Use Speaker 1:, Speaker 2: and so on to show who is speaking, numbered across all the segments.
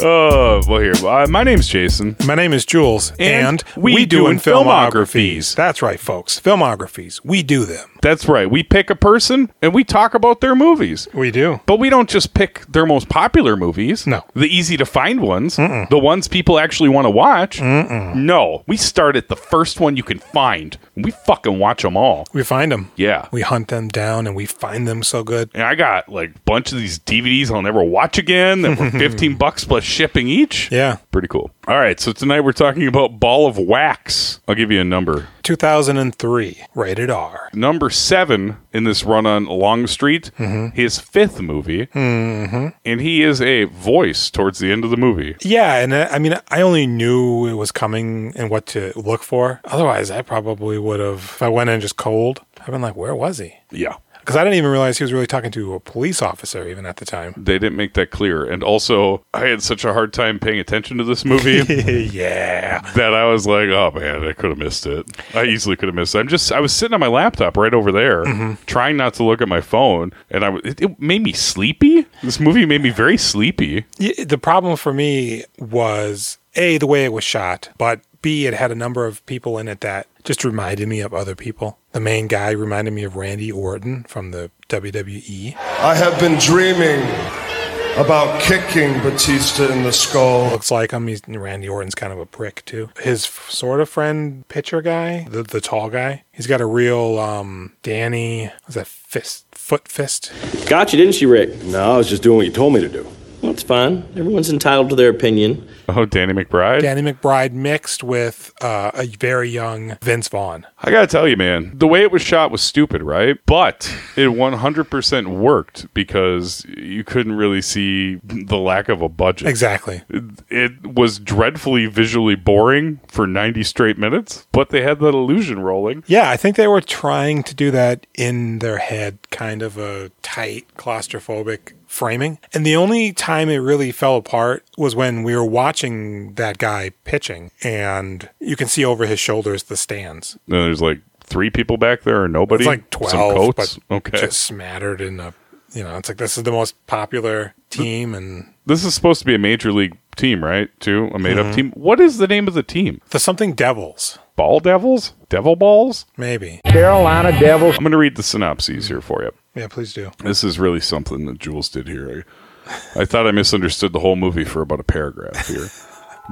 Speaker 1: Oh, well, here. Uh, my name's Jason.
Speaker 2: My name is Jules,
Speaker 1: And we doing filmographies.
Speaker 2: That's right, folks. Filmographies. We do them.
Speaker 1: That's right. We pick a person and we talk about their movies.
Speaker 2: We do.
Speaker 1: But we don't just pick their most popular movies.
Speaker 2: No.
Speaker 1: The easy to find ones. The ones people actually want to watch. No. We start at the first one you can find. and We fucking watch them all.
Speaker 2: We find them.
Speaker 1: Yeah.
Speaker 2: We hunt them down and we find them so good.
Speaker 1: And I got like a bunch of these DVDs I'll never watch again that were 15 bucks plus shipping each.
Speaker 2: Yeah.
Speaker 1: Pretty cool. All right. So tonight we're talking about Ball of Wax. I'll give you a number.
Speaker 2: 2003, rated R.
Speaker 1: number seven in this run on Longstreet, his fifth movie, and he is a voice towards the end of the movie.
Speaker 2: Yeah, and uh, I mean, I only knew it was coming and what to look for. Otherwise, I probably would have, if I went in just cold, I've been like, where was he?
Speaker 1: Yeah,
Speaker 2: Because I didn't even realize he was really talking to a police officer even at the time.
Speaker 1: they didn't make that clear, and also I had such a hard time paying attention to this movie.
Speaker 2: yeah.
Speaker 1: That I was like, oh man, I could have missed it. I easily could have missed it. I'm just, I was sitting on my laptop right over there, trying not to look at my phone, and I, w- it, it made me sleepy. This movie made me very sleepy.
Speaker 2: Y- The problem for me was A, the way it was shot, but B, it had a number of people in it that just reminded me of other people. The main guy reminded me of Randy Orton from the E. WWE.
Speaker 3: I have been dreaming about kicking Batista in the skull.
Speaker 2: Looks like him. He's Randy Orton's kind of a prick too. His f- sort of friend, pitcher guy, the, the tall guy. He's got a real um Danny. Was that fist? Foot fist?
Speaker 4: Got you, didn't she, Rick?
Speaker 3: No, I was just doing what you told me to do.
Speaker 4: Well, it's fine. Everyone's entitled to their opinion.
Speaker 1: Oh, Danny McBride.
Speaker 2: Danny McBride mixed with uh, a very young Vince Vaughn.
Speaker 1: I gotta tell you, man, the way it was shot was stupid, right? But it 100% worked because you couldn't really see the lack of a budget.
Speaker 2: Exactly.
Speaker 1: It was dreadfully visually boring for 90 straight minutes, but they had that illusion rolling.
Speaker 2: Yeah, I think they were trying to do that in their head, kind of a tight, claustrophobic framing. And the only time it really fell apart was when we were watching that guy pitching, and you can see over his shoulders the stands.
Speaker 1: And there's like three people back there or nobody.
Speaker 2: It's
Speaker 1: Some
Speaker 2: like twelve,
Speaker 1: coats.
Speaker 2: but
Speaker 1: okay.
Speaker 2: just smattered in a. You know, it's like this is the most popular team, and
Speaker 1: This is supposed to be a major league team, right? Too? A made
Speaker 2: Mm-hmm.
Speaker 1: up team. What is the name of the team?
Speaker 2: the something Devils
Speaker 1: Ball Devils? Devil Balls?
Speaker 2: maybe.
Speaker 1: I'm going to read the synopses here for you.
Speaker 2: Yeah, please do.
Speaker 1: This is really something that Jules did here. I, I thought I misunderstood the whole movie for about a paragraph here.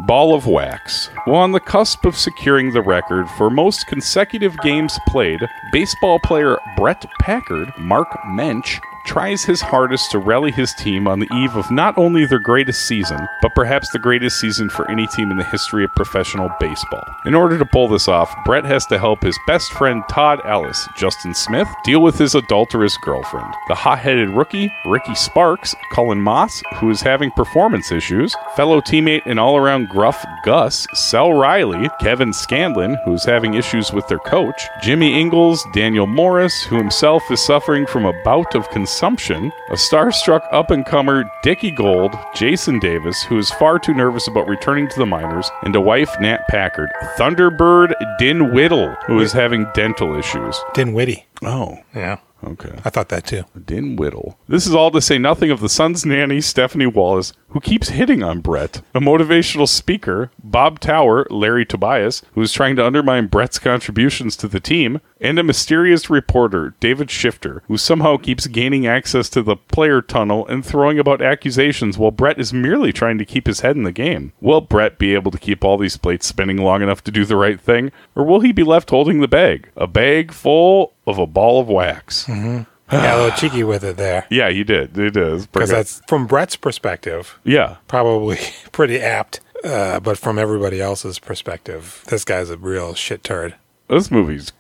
Speaker 1: Ball of Wax. While on the cusp of securing the record for most consecutive games played, baseball player Brett Packard, Mark Mensch, tries his hardest to rally his team on the eve of not only their greatest season, but perhaps the greatest season for any team in the history of professional baseball. In order to pull this off, Brett has to help his best friend Todd Ellis, Justin Smith, deal with his adulterous girlfriend. The hot headed rookie, Ricky Sparks, Cullen Moss, who is having performance issues, fellow teammate and all around gruff Gus, Sal Riley, Kevin Scanlon, who's having issues with their coach, Jimmy Ingles, Daniel Morris, who himself is suffering from a bout of consumption, a starstruck up and comer Dickie Gold, Jason Davis, who is far too nervous about returning to the minors, and a wife, Nat Packard, Thunderbird Din Whittle, who is having dental issues.
Speaker 2: Dinwiddie.
Speaker 1: Oh,
Speaker 2: Yeah,
Speaker 1: okay.
Speaker 2: I thought that too.
Speaker 1: Dinwiddle. This is all to say nothing of the son's nanny, Stephanie Wallace, who keeps hitting on Brett, a motivational speaker, Bob Tower, Larry Tobias, who is trying to undermine Brett's contributions to the team, and a mysterious reporter, David Shifter, who somehow keeps gaining access to the player tunnel and throwing about accusations while Brett is merely trying to keep his head in the game. Will Brett be able to keep all these plates spinning long enough to do the right thing, or will he be left holding the bag? A bag full of a ball of wax.
Speaker 2: Yeah, a little cheeky with it there,
Speaker 1: Yeah, you did. It is.
Speaker 2: because that's from Brett's perspective,
Speaker 1: yeah.
Speaker 2: probably pretty apt. Uh, but from everybody else's perspective, this guy's a real shit turd.
Speaker 1: This movie's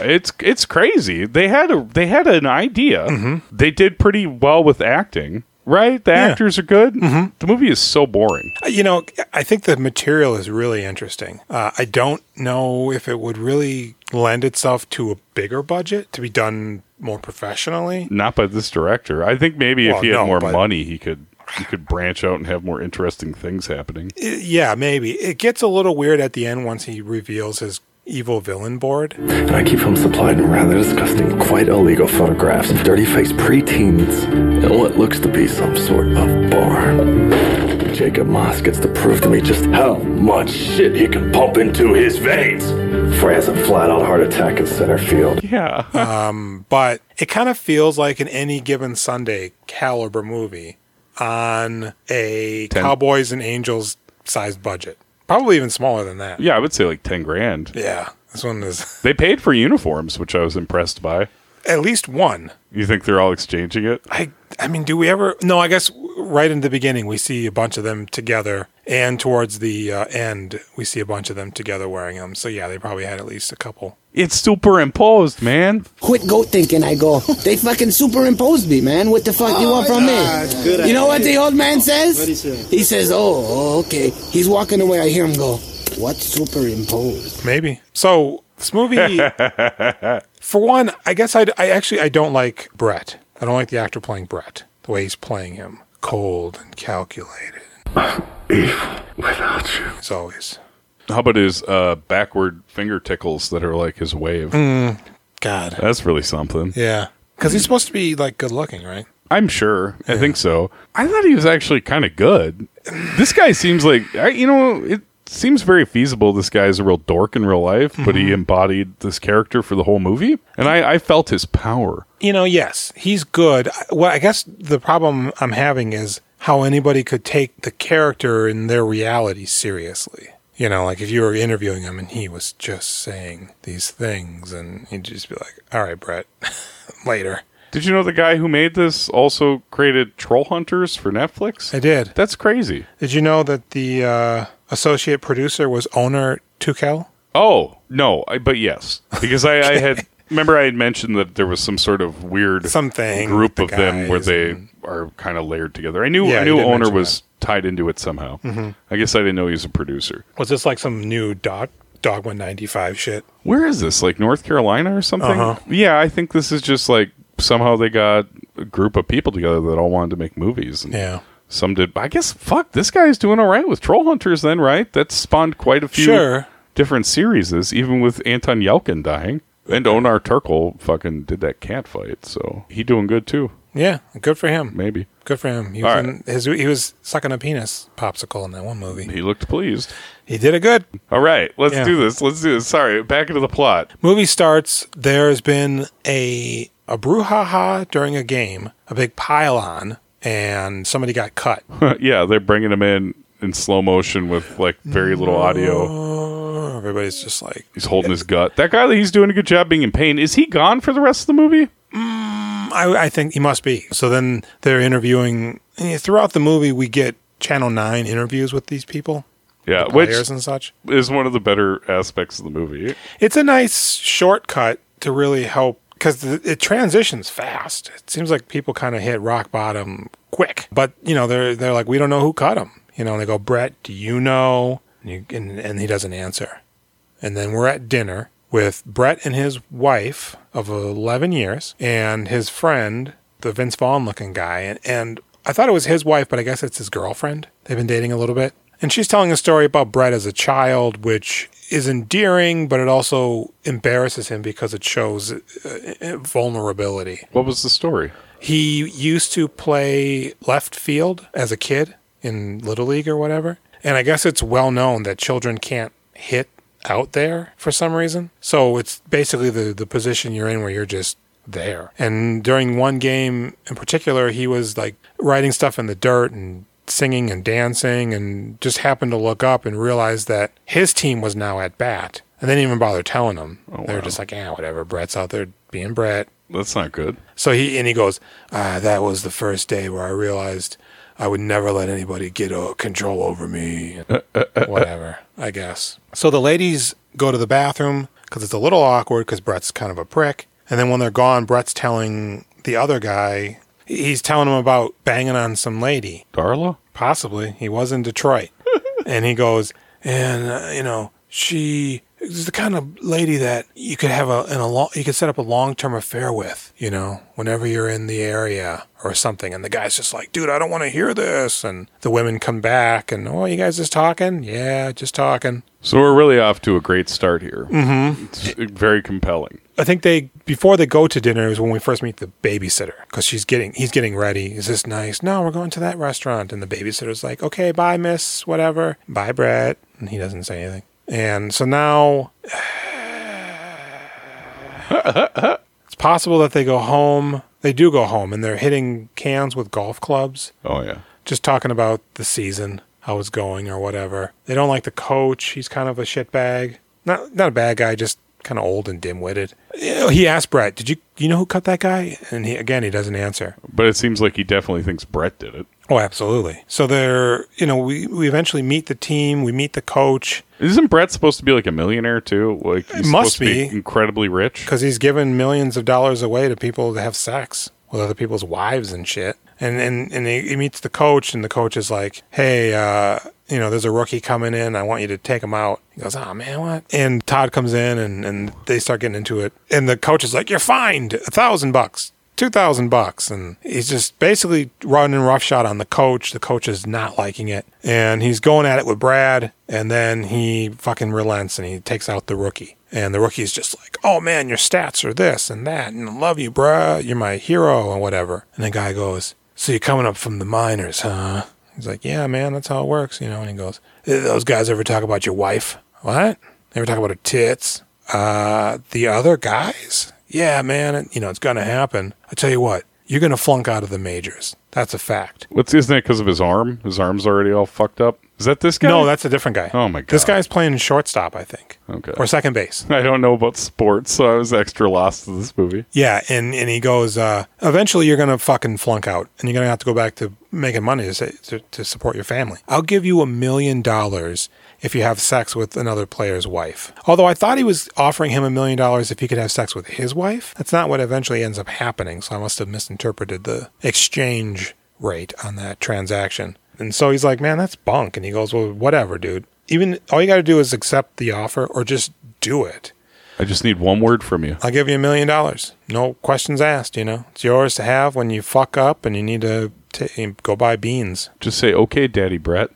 Speaker 1: it's it's crazy. They had a they had an idea.
Speaker 2: Mm-hmm.
Speaker 1: They did pretty well with acting, right? The actors are good.
Speaker 2: Mm-hmm.
Speaker 1: The movie is so boring.
Speaker 2: Uh, You know, I think the material is really interesting. Uh, I don't know if it would really lend itself to a bigger budget to be done more professionally.
Speaker 1: Not by this director. I think maybe
Speaker 2: Well,
Speaker 1: if he had
Speaker 2: no,
Speaker 1: more
Speaker 2: but-
Speaker 1: money, he could he could branch out and have more interesting things happening.
Speaker 2: I- yeah, maybe. It gets a little weird at the end once he reveals his evil villain board.
Speaker 5: And I keep him supplied in rather disgusting, quite illegal photographs of dirty faced preteens in what looks to be some sort of bar. Jacob Moss gets to prove to me just how much shit he can pump into his veins before he has a flat out heart attack in center field.
Speaker 1: Yeah.
Speaker 2: but it kind of feels like an any given Sunday caliber movie on a Cowboys and Angels sized budget. Probably even smaller than that.
Speaker 1: yeah, I would say like 10 grand.
Speaker 2: Yeah. This one is
Speaker 1: They paid for uniforms, which I was impressed by.
Speaker 2: at least one.
Speaker 1: You think they're all exchanging it?
Speaker 2: I I mean, do we ever No, I guess right in the beginning we see a bunch of them together and towards the uh, end we see a bunch of them together wearing them. So yeah, they probably had at least a couple.
Speaker 1: It's superimposed, man.
Speaker 6: quit goat thinking. I go, they fucking superimposed me, man. What the fuck you want from me? you know what the old man says? He says, oh, okay. He's walking away. I hear him go, what superimposed?
Speaker 2: Maybe. So this movie, for one, I guess I'd, I actually I don't like Brett. I don't like the actor playing Brett. The way he's playing him, cold and calculated,
Speaker 5: Evil without you.
Speaker 2: as always.
Speaker 1: How about his uh, backward finger tickles that are like his wave?
Speaker 2: God.
Speaker 1: That's really something.
Speaker 2: Yeah. Because he's supposed to be like good looking, right?
Speaker 1: I'm sure. I think so. I thought he was actually kind of good. This guy seems like, I, you know, it seems very feasible. This guy's a real dork in real life, but he embodied this character for the whole movie. And I, I felt his power.
Speaker 2: You know, yes, he's good. I- Well, I guess the problem I'm having is how anybody could take the character and their reality seriously. You know, like if you were interviewing him and he was just saying these things, and he'd just be like, "All right, Brett, later."
Speaker 1: Did you know the guy who made this also created Troll Hunters for Netflix?
Speaker 2: I did.
Speaker 1: That's crazy.
Speaker 2: Did you know that the uh, associate producer was owner Tukel?
Speaker 1: Oh no, I, but yes, because I, I had remember I had mentioned that there was some sort of weird
Speaker 2: Something
Speaker 1: group of
Speaker 2: with the
Speaker 1: them where
Speaker 2: guys
Speaker 1: they are kind of layered together. I knew
Speaker 2: Yeah,
Speaker 1: I
Speaker 2: you
Speaker 1: knew
Speaker 2: did
Speaker 1: owner
Speaker 2: mention Mm-hmm.
Speaker 1: was tied into it somehow. I guess I didn't know he was a producer.
Speaker 2: Was this like some new dog dog one ninety five shit?
Speaker 1: Where is this? Like North Carolina or something?
Speaker 2: Uh-huh.
Speaker 1: Yeah, I think this is just like somehow they got a group of people together that all wanted to make movies. And
Speaker 2: Yeah.
Speaker 1: Some did. I guess fuck this guy's doing all right with Troll Hunters then, right? That spawned quite a few
Speaker 2: Sure.
Speaker 1: different series, even with Anton Yelkin dying. And Onar Turkle fucking did that cat fight, so he doing good too,
Speaker 2: Yeah, good for him.
Speaker 1: maybe.
Speaker 2: Good for him. He
Speaker 1: All
Speaker 2: was,
Speaker 1: right.
Speaker 2: in his, he was sucking a penis popsicle in that one movie.
Speaker 1: He looked pleased.
Speaker 2: He did it good.
Speaker 1: All right, let's
Speaker 2: Yeah.
Speaker 1: do this. Let's do this. Sorry, back into the plot.
Speaker 2: Movie starts. There's been a a brouhaha during a game, a big pile on, and somebody got cut.
Speaker 1: yeah, they're bringing him in in slow motion with like very little audio.
Speaker 2: Oh, Everybody's just like,
Speaker 1: He's holding his gut. That guy, he's doing a good job being in pain. Is he gone for the rest of the movie?
Speaker 2: I, I think he must be. So then they're interviewing eh, throughout the movie. We get Channel Nine interviews with these people,
Speaker 1: Yeah, which
Speaker 2: players and such.
Speaker 1: is one of the better aspects of the movie.
Speaker 2: It's a nice shortcut to really help because it transitions fast. It seems like people kind of hit rock bottom quick, but you know they're they're like, we don't know who cut him. You know, and they go, Brett, do you know? And, you, and, and he doesn't answer. And then we're at dinner with Brett and his wife of 11 years and his friend, the Vince Vaughn looking guy. And, and I thought it was his wife, but I guess it's his girlfriend. They've been dating a little bit. And she's telling a story about Brett as a child, which is endearing, but it also embarrasses him because it shows uh, uh, vulnerability
Speaker 1: What was the story?
Speaker 2: he used to play left field as a kid in little league or whatever and i guess it's well known that children can't hit out there for some reason so it's basically the, the position you're in where you're just there and during one game in particular he was like writing stuff in the dirt and singing and dancing and just happened to look up and realize that his team was now at bat and they didn't even bother telling him they were just like yeah whatever brett's out there being brett
Speaker 1: That's not good.
Speaker 2: so he and he goes, ah, that was the first day where I realized I would never let anybody get uh, control over me. Whatever, I guess. So the ladies go to the bathroom because it's a little awkward because Brett's kind of a prick. And then when they're gone, Brett's telling the other guy, he's telling him about banging on some lady.
Speaker 1: Darla?
Speaker 2: Possibly. He was in Detroit. and he goes, and, uh, you know, she She's the kind of lady that you could have a, an, a long, you could set up a long term affair with, you know, whenever you're in the area or something. And the guy's just like, dude, I don't want to hear this. And the women come back and, oh, you guys just talking? Yeah, just talking.
Speaker 1: So we're really off to a great start here. Mm-hmm. It's very compelling.
Speaker 2: I think they before they go to dinner is when we first meet the babysitter because she's getting he's getting ready. Is this nice? No, we're going to that restaurant. And the babysitter's like, okay, bye, miss, whatever, bye, Brett. And he doesn't say anything. And so now it's possible that they go home. They do go home, and they're hitting cans with golf clubs
Speaker 1: Oh yeah.
Speaker 2: just talking about the season, how it's going or whatever. They don't like the coach. He's kind of a shitbag. Not not a bad guy, just kind of old and dim-witted. You know, He asked Brett, "Did you you know who cut that guy?" And he again, he doesn't answer.
Speaker 1: But it seems like he definitely thinks Brett did it.
Speaker 2: Oh, absolutely. So they're, you know, we we eventually meet the team, we meet the coach
Speaker 1: Isn't Brett supposed to be like a millionaire too? Like he's supposed
Speaker 2: must
Speaker 1: to
Speaker 2: be.
Speaker 1: be incredibly rich.
Speaker 2: cuz he's given millions of dollars away to people to have sex with other people's wives and shit. And and and he, he meets the coach and the coach is like, "Hey, uh you know, there's a rookie coming in. I want you to take him out. He goes, oh, man, what? And Todd comes in and, and they start getting into it. And the coach is like, you're fined a thousand bucks, two thousand bucks. And he's just basically running roughshod on the coach. The coach is not liking it. And he's going at it with Brad. And then he fucking relents and he takes out the rookie. And the rookie's just like, oh man, your stats are this and that. And I love you, bruh. You're my hero and whatever. And the guy goes, so you're coming up from the minors, huh? He's like, yeah, man, that's how it works, you know. And he goes, "Eh, those guys ever talk about your wife? What? They ever talk about her tits? Uh, the other guys? Yeah, man, it, you know, it's gonna happen. I tell you what, you're gonna flunk out of the majors. That's a fact.
Speaker 1: What's isn't that because of his arm? His arm's already all fucked up. Is that this guy?
Speaker 2: No, that's a different guy.
Speaker 1: Oh, my
Speaker 2: This
Speaker 1: God.
Speaker 2: guy's playing shortstop, I think,
Speaker 1: okay.
Speaker 2: or second base.
Speaker 1: I don't know about sports, so I was extra lost to this movie.
Speaker 2: Yeah, and and he goes, uh, eventually you're gonna fucking flunk out, and you're gonna have to go back to making money to, sa- to to support your family. I'll give you a million dollars if you have sex with another player's wife. Although I thought he was offering him a million dollars if he could have sex with his wife. That's not what eventually ends up happening. So I must have misinterpreted the exchange rate on that transaction. And so he's like, man, that's bunk. And he goes, well, whatever, dude. Even all you got to do is accept the offer or just do it.
Speaker 1: I just need one word from you.
Speaker 2: I'll give you a million dollars. No questions asked, you know. It's yours to have when you fuck up and you need to ta go buy beans.
Speaker 1: Just say, "Okay, Daddy Brett."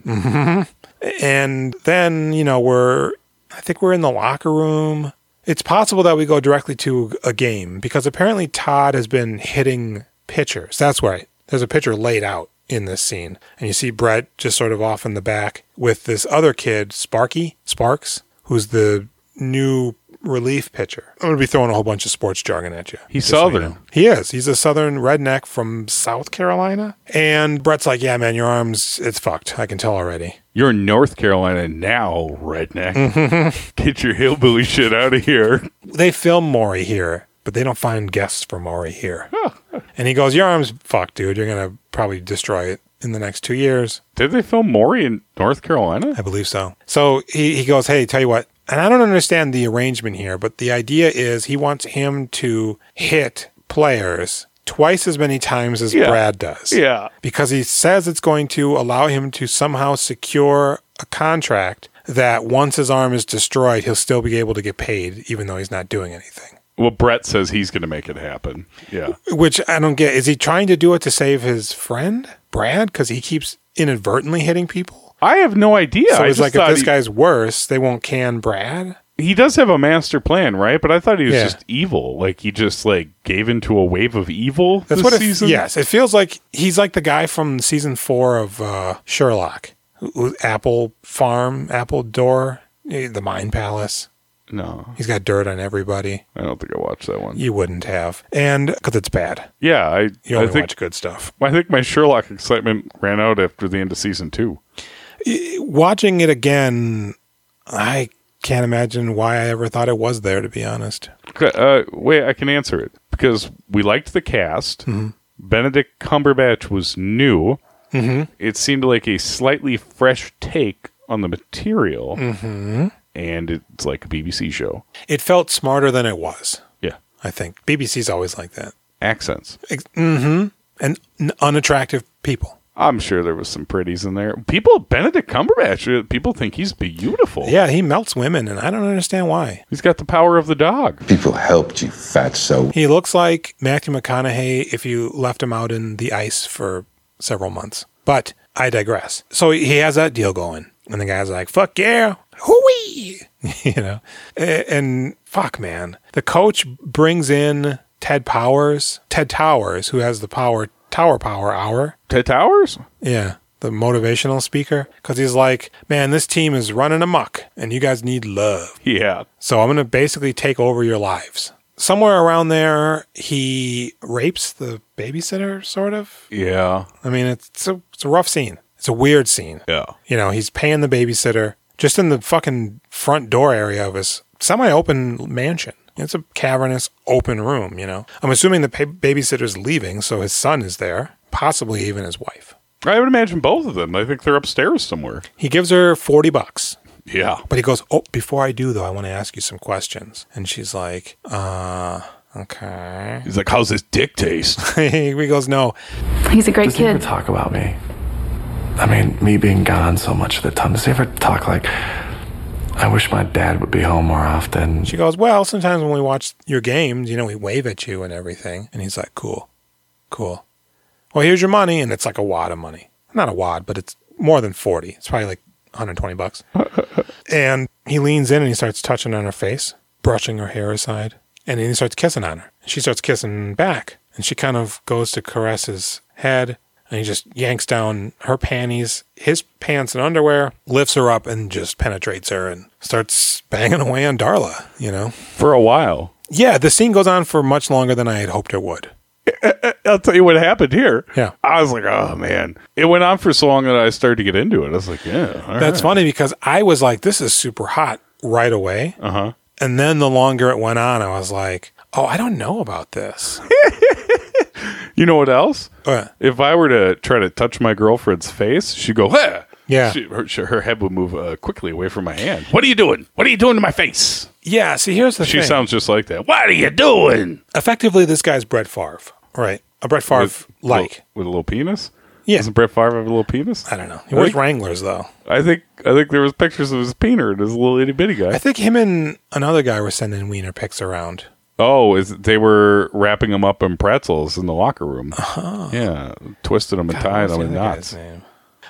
Speaker 2: And then, you know, we're, I think we're in the locker room. It's possible that we go directly to a game because apparently Todd has been hitting pitchers. That's right. There's a pitcher laid out in this scene. And you see Brett just sort of off in the back with this other kid, Sparky, Sparks, who's the new relief pitcher. I'm going to be throwing a whole bunch of sports jargon at you.
Speaker 1: He's southern.
Speaker 2: He is. He's a southern redneck from South Carolina. And Brett's like, yeah, man, your arms, it's fucked. I can tell already.
Speaker 1: You're in North Carolina now, redneck. Get your hillbilly shit out of here.
Speaker 2: They film Maury here, but they don't find guests for Maury here. and he goes, your arms fucked, dude. You're going to probably destroy it in the next two years.
Speaker 1: Did they film Maury in North Carolina?
Speaker 2: I believe so. So he, he goes, Hey, tell you what. And I don't understand the arrangement here, but the idea is he wants him to hit players twice as many times as
Speaker 1: Yeah.
Speaker 2: Brad does.
Speaker 1: Yeah.
Speaker 2: Because he says it's going to allow him to somehow secure a contract that once his arm is destroyed, he'll still be able to get paid, even though he's not doing anything.
Speaker 1: Well, Brett says he's going to make it happen. Yeah.
Speaker 2: Which I don't get. Is he trying to do it to save his friend, Brad? Because he keeps inadvertently hitting people?
Speaker 1: I have no idea.
Speaker 2: so
Speaker 1: I
Speaker 2: it's
Speaker 1: just
Speaker 2: like, if
Speaker 1: thought
Speaker 2: this
Speaker 1: he,
Speaker 2: guy's worse, they won't can Brad?
Speaker 1: he does have a master plan, right? But I thought he was
Speaker 2: Yeah.
Speaker 1: just evil. Like he just like gave into a wave of evil this
Speaker 2: That's what it,
Speaker 1: season.
Speaker 2: Yes, it feels like he's like the guy from season four of uh, Sherlock, who- who- Apple Farm, Apple Door, eh, the Mine Palace.
Speaker 1: No,
Speaker 2: He's got dirt on everybody.
Speaker 1: I don't think I watched that one.
Speaker 2: You wouldn't have, and because it's bad,
Speaker 1: Yeah, I I
Speaker 2: you only
Speaker 1: think
Speaker 2: watch good stuff.
Speaker 1: I think my Sherlock excitement ran out after the end of season two.
Speaker 2: Watching it again, I can't imagine why I ever thought it was there. To be honest,
Speaker 1: Okay, Uh, wait, I can answer it because we liked the cast. Benedict Cumberbatch was new. Mm-hmm. It seemed like a slightly fresh take on the material, mm-hmm. and it's like a BBC show.
Speaker 2: it felt smarter than it was.
Speaker 1: Yeah,
Speaker 2: I think BBC's always like that,
Speaker 1: accents.
Speaker 2: and n- unattractive people.
Speaker 1: I'm sure there was some pretties in there. People, Benedict Cumberbatch, uh, people think he's beautiful.
Speaker 2: Yeah, he melts women, and I don't understand why.
Speaker 1: He's got the power of the dog.
Speaker 7: People helped you, fatso.
Speaker 2: He looks like Matthew McConaughey if you left him out in the ice for several months. But I digress. So he has that deal going, and the guy's like, "Fuck yeah, hooey," you know. A- And fuck, man, the coach brings in Ted Powers, Ted Towers, who has the power Tower Power Hour.
Speaker 1: Ted Towers?
Speaker 2: Yeah. The motivational speaker, because he's like, man, this team is running amok and you guys need love.
Speaker 1: Yeah.
Speaker 2: So I'm going to basically take over your lives. Somewhere around there, he rapes the babysitter, sort of.
Speaker 1: Yeah.
Speaker 2: I mean, it's a, it's a rough scene. It's a weird scene.
Speaker 1: Yeah.
Speaker 2: You know, he's paying the babysitter just in the fucking front door area of his semi open mansion. It's a cavernous open room, you know. I'm assuming the pa- babysitter's leaving, so his son is there, possibly even his wife.
Speaker 1: I would imagine both of them. I think they're upstairs somewhere.
Speaker 2: He gives her 40 bucks.
Speaker 1: Yeah.
Speaker 2: But he goes, Oh, before I do, though, I want to ask you some questions. And she's like, Uh, okay.
Speaker 1: He's like, how's this dick taste?
Speaker 2: he goes, No.
Speaker 8: He's a great
Speaker 5: Does he ever
Speaker 8: kid.
Speaker 5: talk about me? I mean, me being gone so much of the time. Does he ever talk like, I wish my dad would be home more often?
Speaker 2: She goes, Well, sometimes when we watch your games, you know, we wave at you and everything. And he's like, Cool, cool. Well, here's your money. And it's like a wad of money. Not a wad, but it's more than 40. It's probably like 120 bucks. and he leans in and he starts touching on her face, brushing her hair aside. And then he starts kissing on her. She starts kissing back. And she kind of goes to caress his head. And he just yanks down her panties, his pants and underwear, lifts her up and just penetrates her and starts banging away on Darla, you know?
Speaker 1: For a while.
Speaker 2: Yeah, the scene goes on for much longer than I had hoped it would.
Speaker 1: I'll tell you what happened here.
Speaker 2: Yeah.
Speaker 1: I was like, oh, man. It went on for so long that I started to get into it. I was like, yeah. all
Speaker 2: That's
Speaker 1: right.
Speaker 2: funny because I was like, this is super hot right away.
Speaker 1: Uh-huh.
Speaker 2: And then the longer it went on, I was like, oh, I don't know about this.
Speaker 1: You know what else?
Speaker 2: Uh,
Speaker 1: If I were to try to touch my girlfriend's face, she'd go, "Huh."
Speaker 2: Yeah.
Speaker 1: She, her, she- her head would move uh, quickly away from my hand. What are you doing? What are you doing to my face?
Speaker 2: yeah, see, here's the
Speaker 1: She
Speaker 2: thing.
Speaker 1: sounds just like that. What are you doing?
Speaker 2: Effectively, this guy's Brett Favre, right? A Brett Favre like.
Speaker 1: with a little penis?
Speaker 2: Yeah.
Speaker 1: Doesn't Brett Favre have a little penis?
Speaker 2: I don't know. He wears
Speaker 1: think-
Speaker 2: Wranglers, though.
Speaker 1: I think I think there was pictures of his peener and his little itty bitty
Speaker 2: I
Speaker 1: guy.
Speaker 2: think him and another guy were sending wiener pics around.
Speaker 1: Oh, is they were wrapping him up in pretzels in the locker room? Uh-huh. Yeah, twisted him and tied
Speaker 2: What's
Speaker 1: him
Speaker 2: the
Speaker 1: in
Speaker 2: other guy's
Speaker 1: knots.
Speaker 2: name?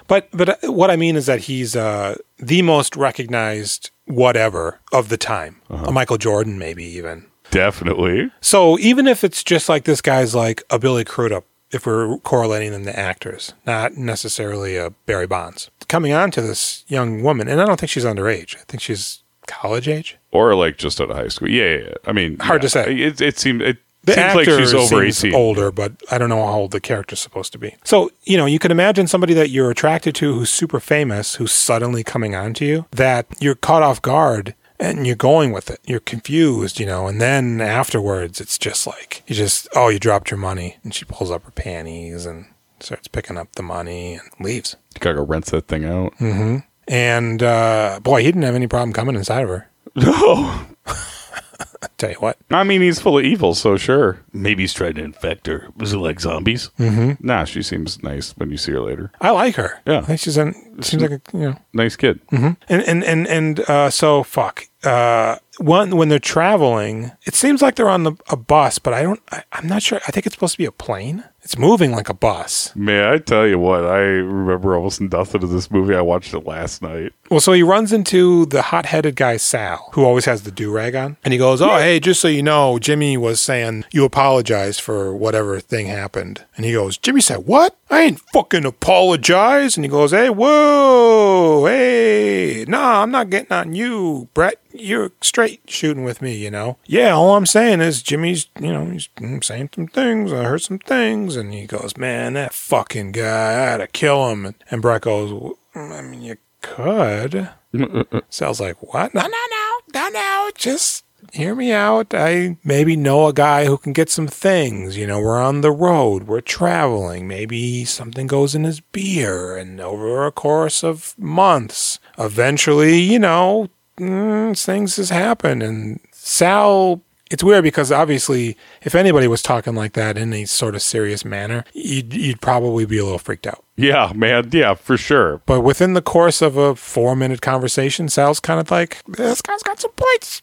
Speaker 2: But but uh, what I mean is that he's uh, the most recognized whatever of the time.
Speaker 1: Uh-huh.
Speaker 2: A Michael Jordan, maybe even.
Speaker 1: Definitely.
Speaker 2: So even if it's just like this guy's like a Billy Crudup, if we're correlating them to actors, not necessarily a Barry Bonds. Coming on to this young woman, and I don't think she's underage. I think she's college age.
Speaker 1: or like just out of high school. Yeah, yeah, yeah. I mean,
Speaker 2: Hard
Speaker 1: yeah.
Speaker 2: to say.
Speaker 1: It, it seemed it
Speaker 2: The
Speaker 1: seems like
Speaker 2: actor
Speaker 1: she's over
Speaker 2: seems
Speaker 1: eighteen.
Speaker 2: older, but I don't know how old the character's supposed to be. So you know, you can imagine somebody that you're attracted to who's super famous, who's suddenly coming on to you, that you're caught off guard and you're going with it. You're confused, you know, and then afterwards, it's just like you just oh, you dropped your money, and she pulls up her panties and starts picking up the money and leaves.
Speaker 1: You gotta go rinse that thing out.
Speaker 2: Mm. And uh, boy, he didn't have any problem coming inside of her.
Speaker 1: No,
Speaker 2: I tell you what,
Speaker 1: I mean he's full of evil, so sure. Maybe he's trying to infect her. Was it like zombies? Mm-hmm. Nah, she seems nice when you see her later.
Speaker 2: I like her.
Speaker 1: Yeah.
Speaker 2: I think she's an seems like a you know.
Speaker 1: Nice kid.
Speaker 2: and and and and uh, so fuck. Uh, one when they're traveling, it seems like they're on the, a bus, but I don't. I, I'm not sure. I think it's supposed to be a plane. It's moving like a bus.
Speaker 1: Man, I tell you what, I remember almost nothing of this movie. I watched it last night.
Speaker 2: Well, so he runs into the hot-headed guy Sal, who always has the do rag on, and he goes, "Oh, hey, just so you know, Jimmy was saying you apologize for whatever thing happened." And he goes, "Jimmy said what? I ain't fucking apologize." And he goes, "Hey, whoa, hey, nah, I'm not getting on you, Brett. You're straight shooting with me, you know. Yeah, all I'm saying is Jimmy's, you know, he's mm, saying some things. I heard some things, and he goes, "Man, that fucking guy, I had to kill him." And, and Brett goes, "W- "I mean, you." could. Sal's like, what? No, no, no, no, no. Just hear me out. I maybe know a guy who can get some things. You know, we're on the road, we're traveling. Maybe something goes in his beer, and over a course of months, eventually, you know, mm, things has happened. And Sal. It's weird because obviously, if anybody was talking like that in a sort of serious manner, you'd, you'd probably be a little freaked out.
Speaker 1: Yeah, man. Yeah, for sure.
Speaker 2: But within the course of a four minute conversation, Sal's kind of like, this guy's got some points.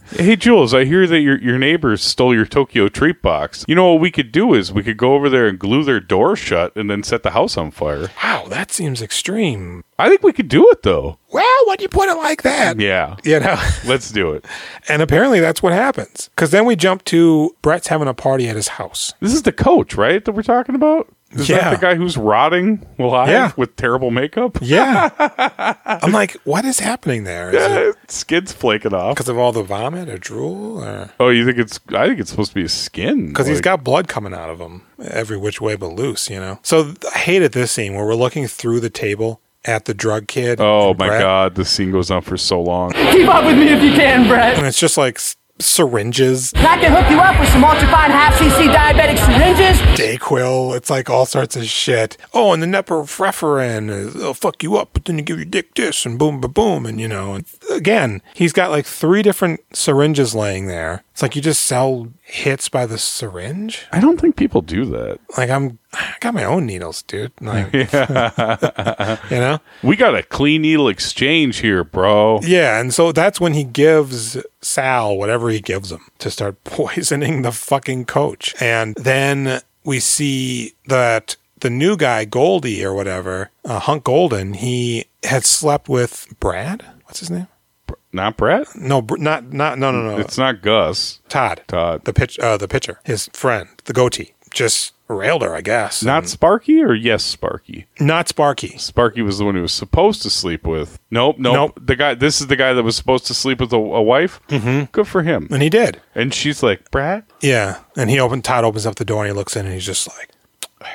Speaker 1: Hey, Jules, I hear that your, your neighbors stole your Tokyo treat box. You know what we could do is we could go over there and glue their door shut and then set the house on fire.
Speaker 2: wow, that seems extreme.
Speaker 1: I think we could do it, though.
Speaker 2: Well, when you put it like that,
Speaker 1: Yeah.
Speaker 2: you know,
Speaker 1: Let's do it.
Speaker 2: and apparently that's what happens. Because then we jump to Brett's having a party at his house.
Speaker 1: This is the coach, right, that we're talking about? Is
Speaker 2: Yeah.
Speaker 1: that the guy who's rotting alive
Speaker 2: Yeah.
Speaker 1: with terrible makeup?
Speaker 2: Yeah. I'm like, what is happening there? Is it
Speaker 1: Skin's flaking off.
Speaker 2: because of all the vomit or drool? Or
Speaker 1: Oh, you think it's? I think it's supposed to be his skin.
Speaker 2: because he's
Speaker 1: like-
Speaker 2: got blood coming out of him every which way but loose, you know. So th- I hated this scene where we're looking through the table at the drug kid.
Speaker 1: Oh
Speaker 2: and
Speaker 1: my
Speaker 2: Brett,
Speaker 1: god, this scene goes on for so long.
Speaker 8: Keep up with me if you can, Brett.
Speaker 2: And it's just like s- syringes,
Speaker 8: I can hook you up with some ultra-fine half cc diabetic syringes.
Speaker 2: Dayquil. It's like all sorts of shit. Oh, and the neproreferin is will fuck you up, but then you give your dick this and boom, ba boom, and you know. And again, he's got like three different syringes laying there. It's like you just sell hits by the syringe.
Speaker 1: I don't think people do that.
Speaker 2: Like I'm, I got my own needles, dude. Like, you know.
Speaker 1: We got a clean needle exchange here, bro.
Speaker 2: Yeah, and so that's when he gives Sal whatever he gives him to start poisoning the fucking coach. And then we see that the new guy, Goldie or whatever, uh, Hunk Golden, he had slept with Brad. What's his name?
Speaker 1: Not Brett.
Speaker 2: No, Br- not not no no no.
Speaker 1: It's not Gus.
Speaker 2: Todd.
Speaker 1: Todd.
Speaker 2: The pitch. Uh, the pitcher. His friend, the goatee, just railed her. I guess.
Speaker 1: Not Sparky or yes Sparky.
Speaker 2: not Sparky.
Speaker 1: Sparky was the one who was supposed to sleep with. Nope, nope.
Speaker 2: Nope.
Speaker 1: The guy. This is the guy that was supposed to sleep with a, a wife. Mm-hmm. Good for him.
Speaker 2: And he did.
Speaker 1: And she's like, Brad.
Speaker 2: Yeah. And he opened Todd opens up the door and he looks in and he's just like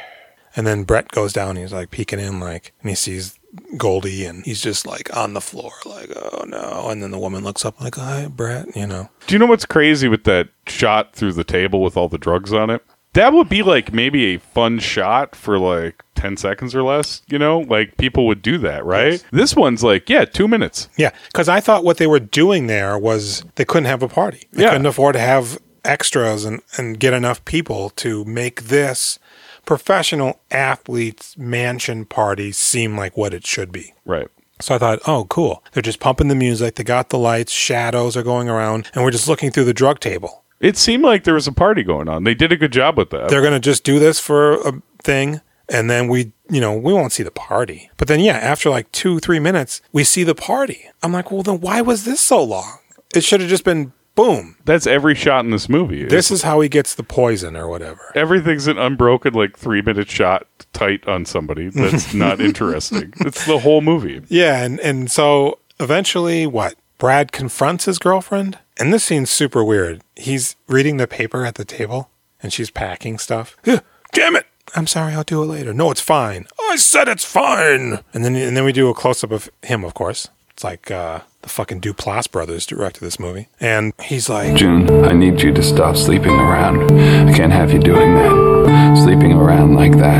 Speaker 2: and then Brett goes down, he's like peeking in like and he sees Goldie and he's just like on the floor, like, oh no. And then the woman looks up like, hi, Brett, you know.
Speaker 1: Do you know what's crazy with that shot through the table with all the drugs on it? That would be like maybe a fun shot for like 10 seconds or less, you know? Like people would do that, right? This one's like, yeah, two minutes.
Speaker 2: Yeah. Cause I thought what they were doing there was they couldn't have a party. They
Speaker 1: Yeah.
Speaker 2: couldn't afford to have extras and, and get enough people to make this professional athletes mansion party seem like what it should be.
Speaker 1: Right.
Speaker 2: So I thought, oh, cool. They're just pumping the music. They got the lights, shadows are going around, and we're just looking through the drug table.
Speaker 1: It seemed like there was a party going on. They did a good job with that.
Speaker 2: They're going to just do this for a thing. And then we, you know, we won't see the party. But then, yeah, after like two, three minutes, we see the party. I'm like, well, then why was this so long? It should have just been boom.
Speaker 1: That's every shot in this movie.
Speaker 2: This is how he gets the poison or whatever.
Speaker 1: Everything's an unbroken, like three minute shot tight on somebody that's not interesting. It's the whole movie.
Speaker 2: Yeah, and and so eventually, what? Brad confronts his girlfriend, and this scene's super weird. He's reading the paper at the table, and she's packing stuff. "Ugh, Damn it! I'm sorry. I'll do it later. No, it's fine. I said it's fine. And then and then we do a close up of him, of course. It's like uh, the fucking Duplass brothers directed this movie, and he's like,
Speaker 9: June, I need you to stop sleeping around. I can't have you doing that. Sleeping around like that.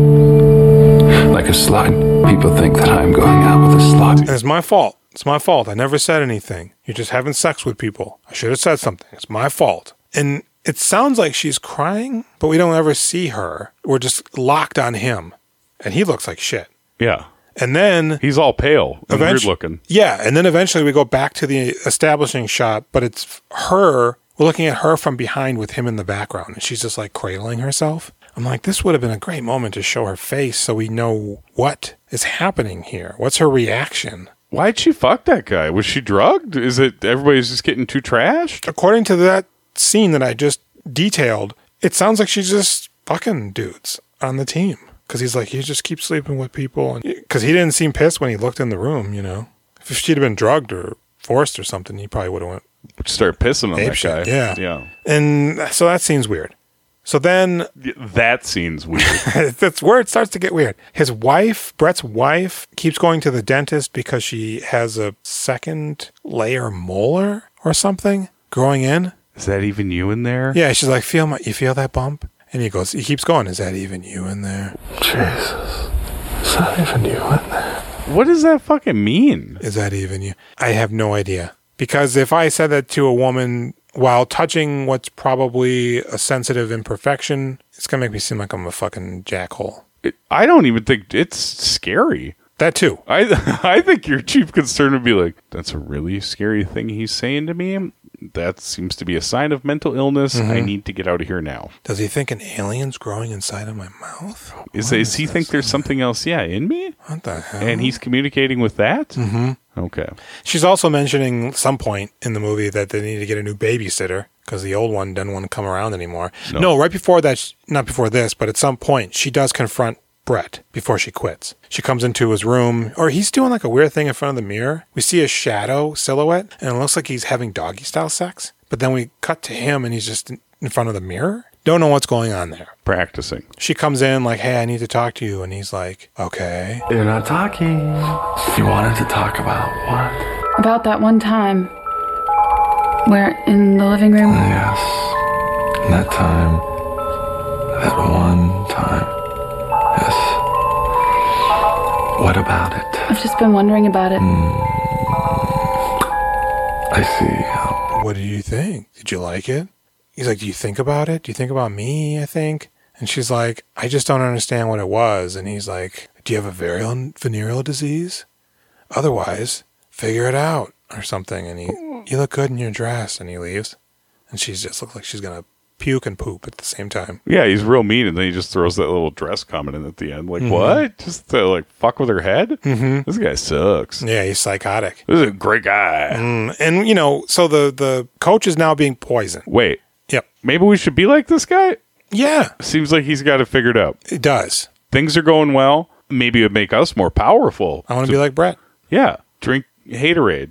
Speaker 9: Like a slut. People think that I'm going out with a slut.
Speaker 2: "And it's my fault. It's my fault. I never said anything. You're just having sex with people. I should have said something. It's my fault. And it sounds like she's crying, but we don't ever see her. We're just locked on him. And he looks like shit.
Speaker 1: Yeah.
Speaker 2: And then,
Speaker 1: He's all pale and
Speaker 2: Eventu-
Speaker 1: weird looking.
Speaker 2: yeah. And then eventually we go back to the establishing shot, but it's her. We're looking at her from behind with him in the background. And she's just like cradling herself. I'm like, this would have been a great moment to show her face so we know what is happening here. What's her reaction?
Speaker 1: Why'd she fuck that guy? Was she drugged? Is it everybody's just getting too trashed?
Speaker 2: according to that scene that I just detailed, it sounds like she's just fucking dudes on the team. Because he's like, you just keep sleeping with people. Because he didn't seem pissed when he looked in the room, you know. If she'd have been drugged or forced or something, he probably would have went.
Speaker 1: Start pissing on
Speaker 2: Ape
Speaker 1: that
Speaker 2: shit,
Speaker 1: guy.
Speaker 2: yeah.
Speaker 1: Yeah.
Speaker 2: And so that seems weird. So then
Speaker 1: That scene's weird.
Speaker 2: that's where it starts to get weird. His wife, Brett's wife, keeps going to the dentist because she has a second layer molar or something growing in.
Speaker 1: Is that even you in there?
Speaker 2: Yeah, she's like, feel my, you feel that bump? And he goes, he keeps going. Is that even you in there?
Speaker 5: Jesus. It's not even you in there.
Speaker 1: What does that fucking mean?
Speaker 2: Is that even you? I have no idea. Because if I said that to a woman while touching what's probably a sensitive imperfection, it's gonna make me seem like I'm a fucking jackhole.
Speaker 1: I don't even think it's scary.
Speaker 2: That too.
Speaker 1: I I think your chief concern would be like, that's a really scary thing he's saying to me. That seems to be a sign of mental illness. I need to get out of here now.
Speaker 2: Does he think an alien's growing inside of my mouth?
Speaker 1: Is,
Speaker 2: What
Speaker 1: is he
Speaker 2: this?
Speaker 1: think there's something else? Yeah, in me,
Speaker 2: What the hell?
Speaker 1: and he's communicating with that. Mm-hmm. Okay,
Speaker 2: She's also mentioning some point in the movie that they need to get a new babysitter because the old one doesn't want to come around anymore. No. right before that, sh- not before this, but at some point, she does confront Brett before she quits. She comes into his room, or he's doing like a weird thing in front of the mirror. We see a shadow silhouette, and it looks like he's having doggy style sex. But then we cut to him, and he's just in in front of the mirror. Don't know what's going on there.
Speaker 1: practicing.
Speaker 2: She comes in like, "Hey, I need to talk to you," and he's like, "Okay."
Speaker 5: They're not talking. You wanted to talk about what?
Speaker 8: About that one time where in the living room.
Speaker 5: Yes. That time. That one time. Yes. What about it?
Speaker 8: I've just been wondering about it.
Speaker 5: I see.
Speaker 2: what do you think? Did you like it? He's like, Do you think about it? Do you think about me? I think. And she's like, I just don't understand what it was. And he's like, Do you have a venereal, venereal disease? Otherwise, figure it out or something. And he, You look good in your dress. And he leaves. And she just looks like she's going to puke and poop at the same time.
Speaker 1: Yeah, he's real mean, and then he just throws that little dress comment in at the end. Like, what? Just to like fuck with her head? Mm-hmm. This guy sucks.
Speaker 2: Yeah, he's psychotic.
Speaker 1: This is a great guy.
Speaker 2: And, you know, so the, the coach is now being poisoned.
Speaker 1: Wait,
Speaker 2: Yep.
Speaker 1: maybe we should be like this guy.
Speaker 2: Yeah,
Speaker 1: Seems like he's got it figured out.
Speaker 2: it does.
Speaker 1: Things are going well. Maybe it would make us more powerful.
Speaker 2: I want to be like Brett.
Speaker 1: Yeah, drink haterade.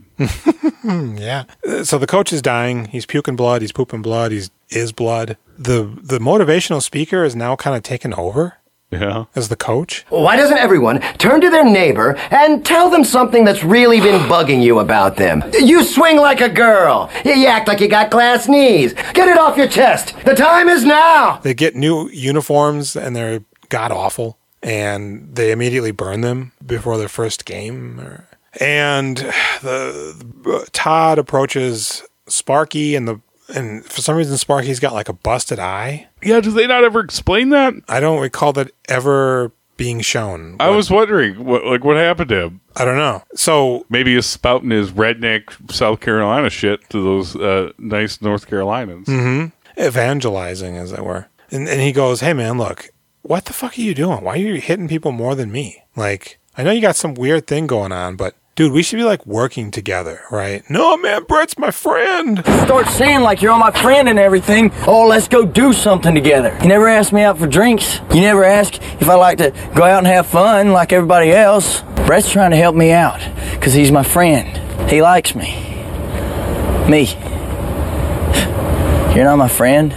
Speaker 2: Yeah. Uh, So the coach is dying. He's puking blood. He's pooping blood. He's is blood. The the motivational speaker is now kind of taken over
Speaker 1: Yeah.
Speaker 2: as the coach.
Speaker 10: Why doesn't everyone turn to their neighbor and tell them something that's really been bugging you about them? You swing like a girl. You act like you got glass knees. Get it off your chest. The time is now.
Speaker 2: They get new uniforms and they're god awful. And they immediately burn them before their first game. Or, and the Todd approaches Sparky and the and for some reason Sparky's got like a busted eye.
Speaker 1: Yeah, do they not ever explain that?
Speaker 2: I don't recall that ever being shown.
Speaker 1: I was wondering what like what happened to him.
Speaker 2: I don't know. So
Speaker 1: Maybe he's spouting his redneck South Carolina shit to those uh, nice North Carolinians.
Speaker 2: Mm-hmm. evangelizing, as it were. And, and he goes, Hey, man, look, what the fuck are you doing? Why are you hitting people more than me? Like, I know you got some weird thing going on, but dude, we should be like working together, right? No, man, Brett's my friend.
Speaker 10: Start saying like you're all my friend and everything. Oh, let's go do something together. You never ask me out for drinks. You never ask if I like to go out and have fun like everybody else. Brett's trying to help me out because he's my friend. He likes me. Me. You're not my friend.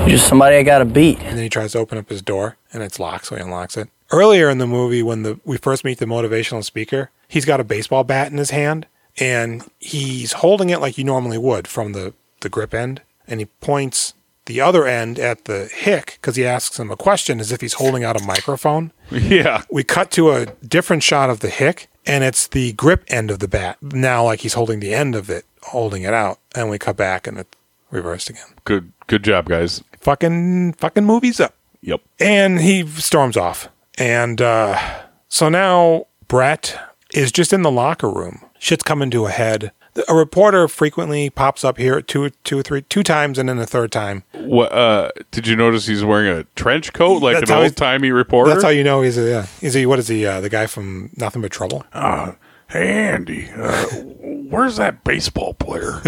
Speaker 10: You're just somebody I gotta beat.
Speaker 2: And then he tries to open up his door and it's locked, so he unlocks it. Earlier in the movie, when the we first meet the motivational speaker, he's got a baseball bat in his hand and he's holding it like you normally would from the, the grip end. And he points the other end at the hick because he asks him a question as if he's holding out a microphone.
Speaker 1: Yeah.
Speaker 2: We cut to a different shot of the hick, and it's the grip end of the bat. Now, like he's holding the end of it, holding it out, and we cut back and it's reversed again.
Speaker 1: Good good job, guys.
Speaker 2: Fucking, fucking movies up.
Speaker 1: Yep.
Speaker 2: And he storms off. And uh, so now Brett is just in the locker room. Shit's coming to a head. A reporter frequently pops up here two, two or three, two times, and then a third time.
Speaker 1: What uh did you notice he's wearing a trench coat like
Speaker 2: That's
Speaker 1: an
Speaker 2: how he-
Speaker 1: old timey reporter?
Speaker 2: That's how you know he's a, yeah. Is he, what is he, uh, the guy from Nothing But Trouble?
Speaker 1: Hey Andy, uh, where's that baseball player?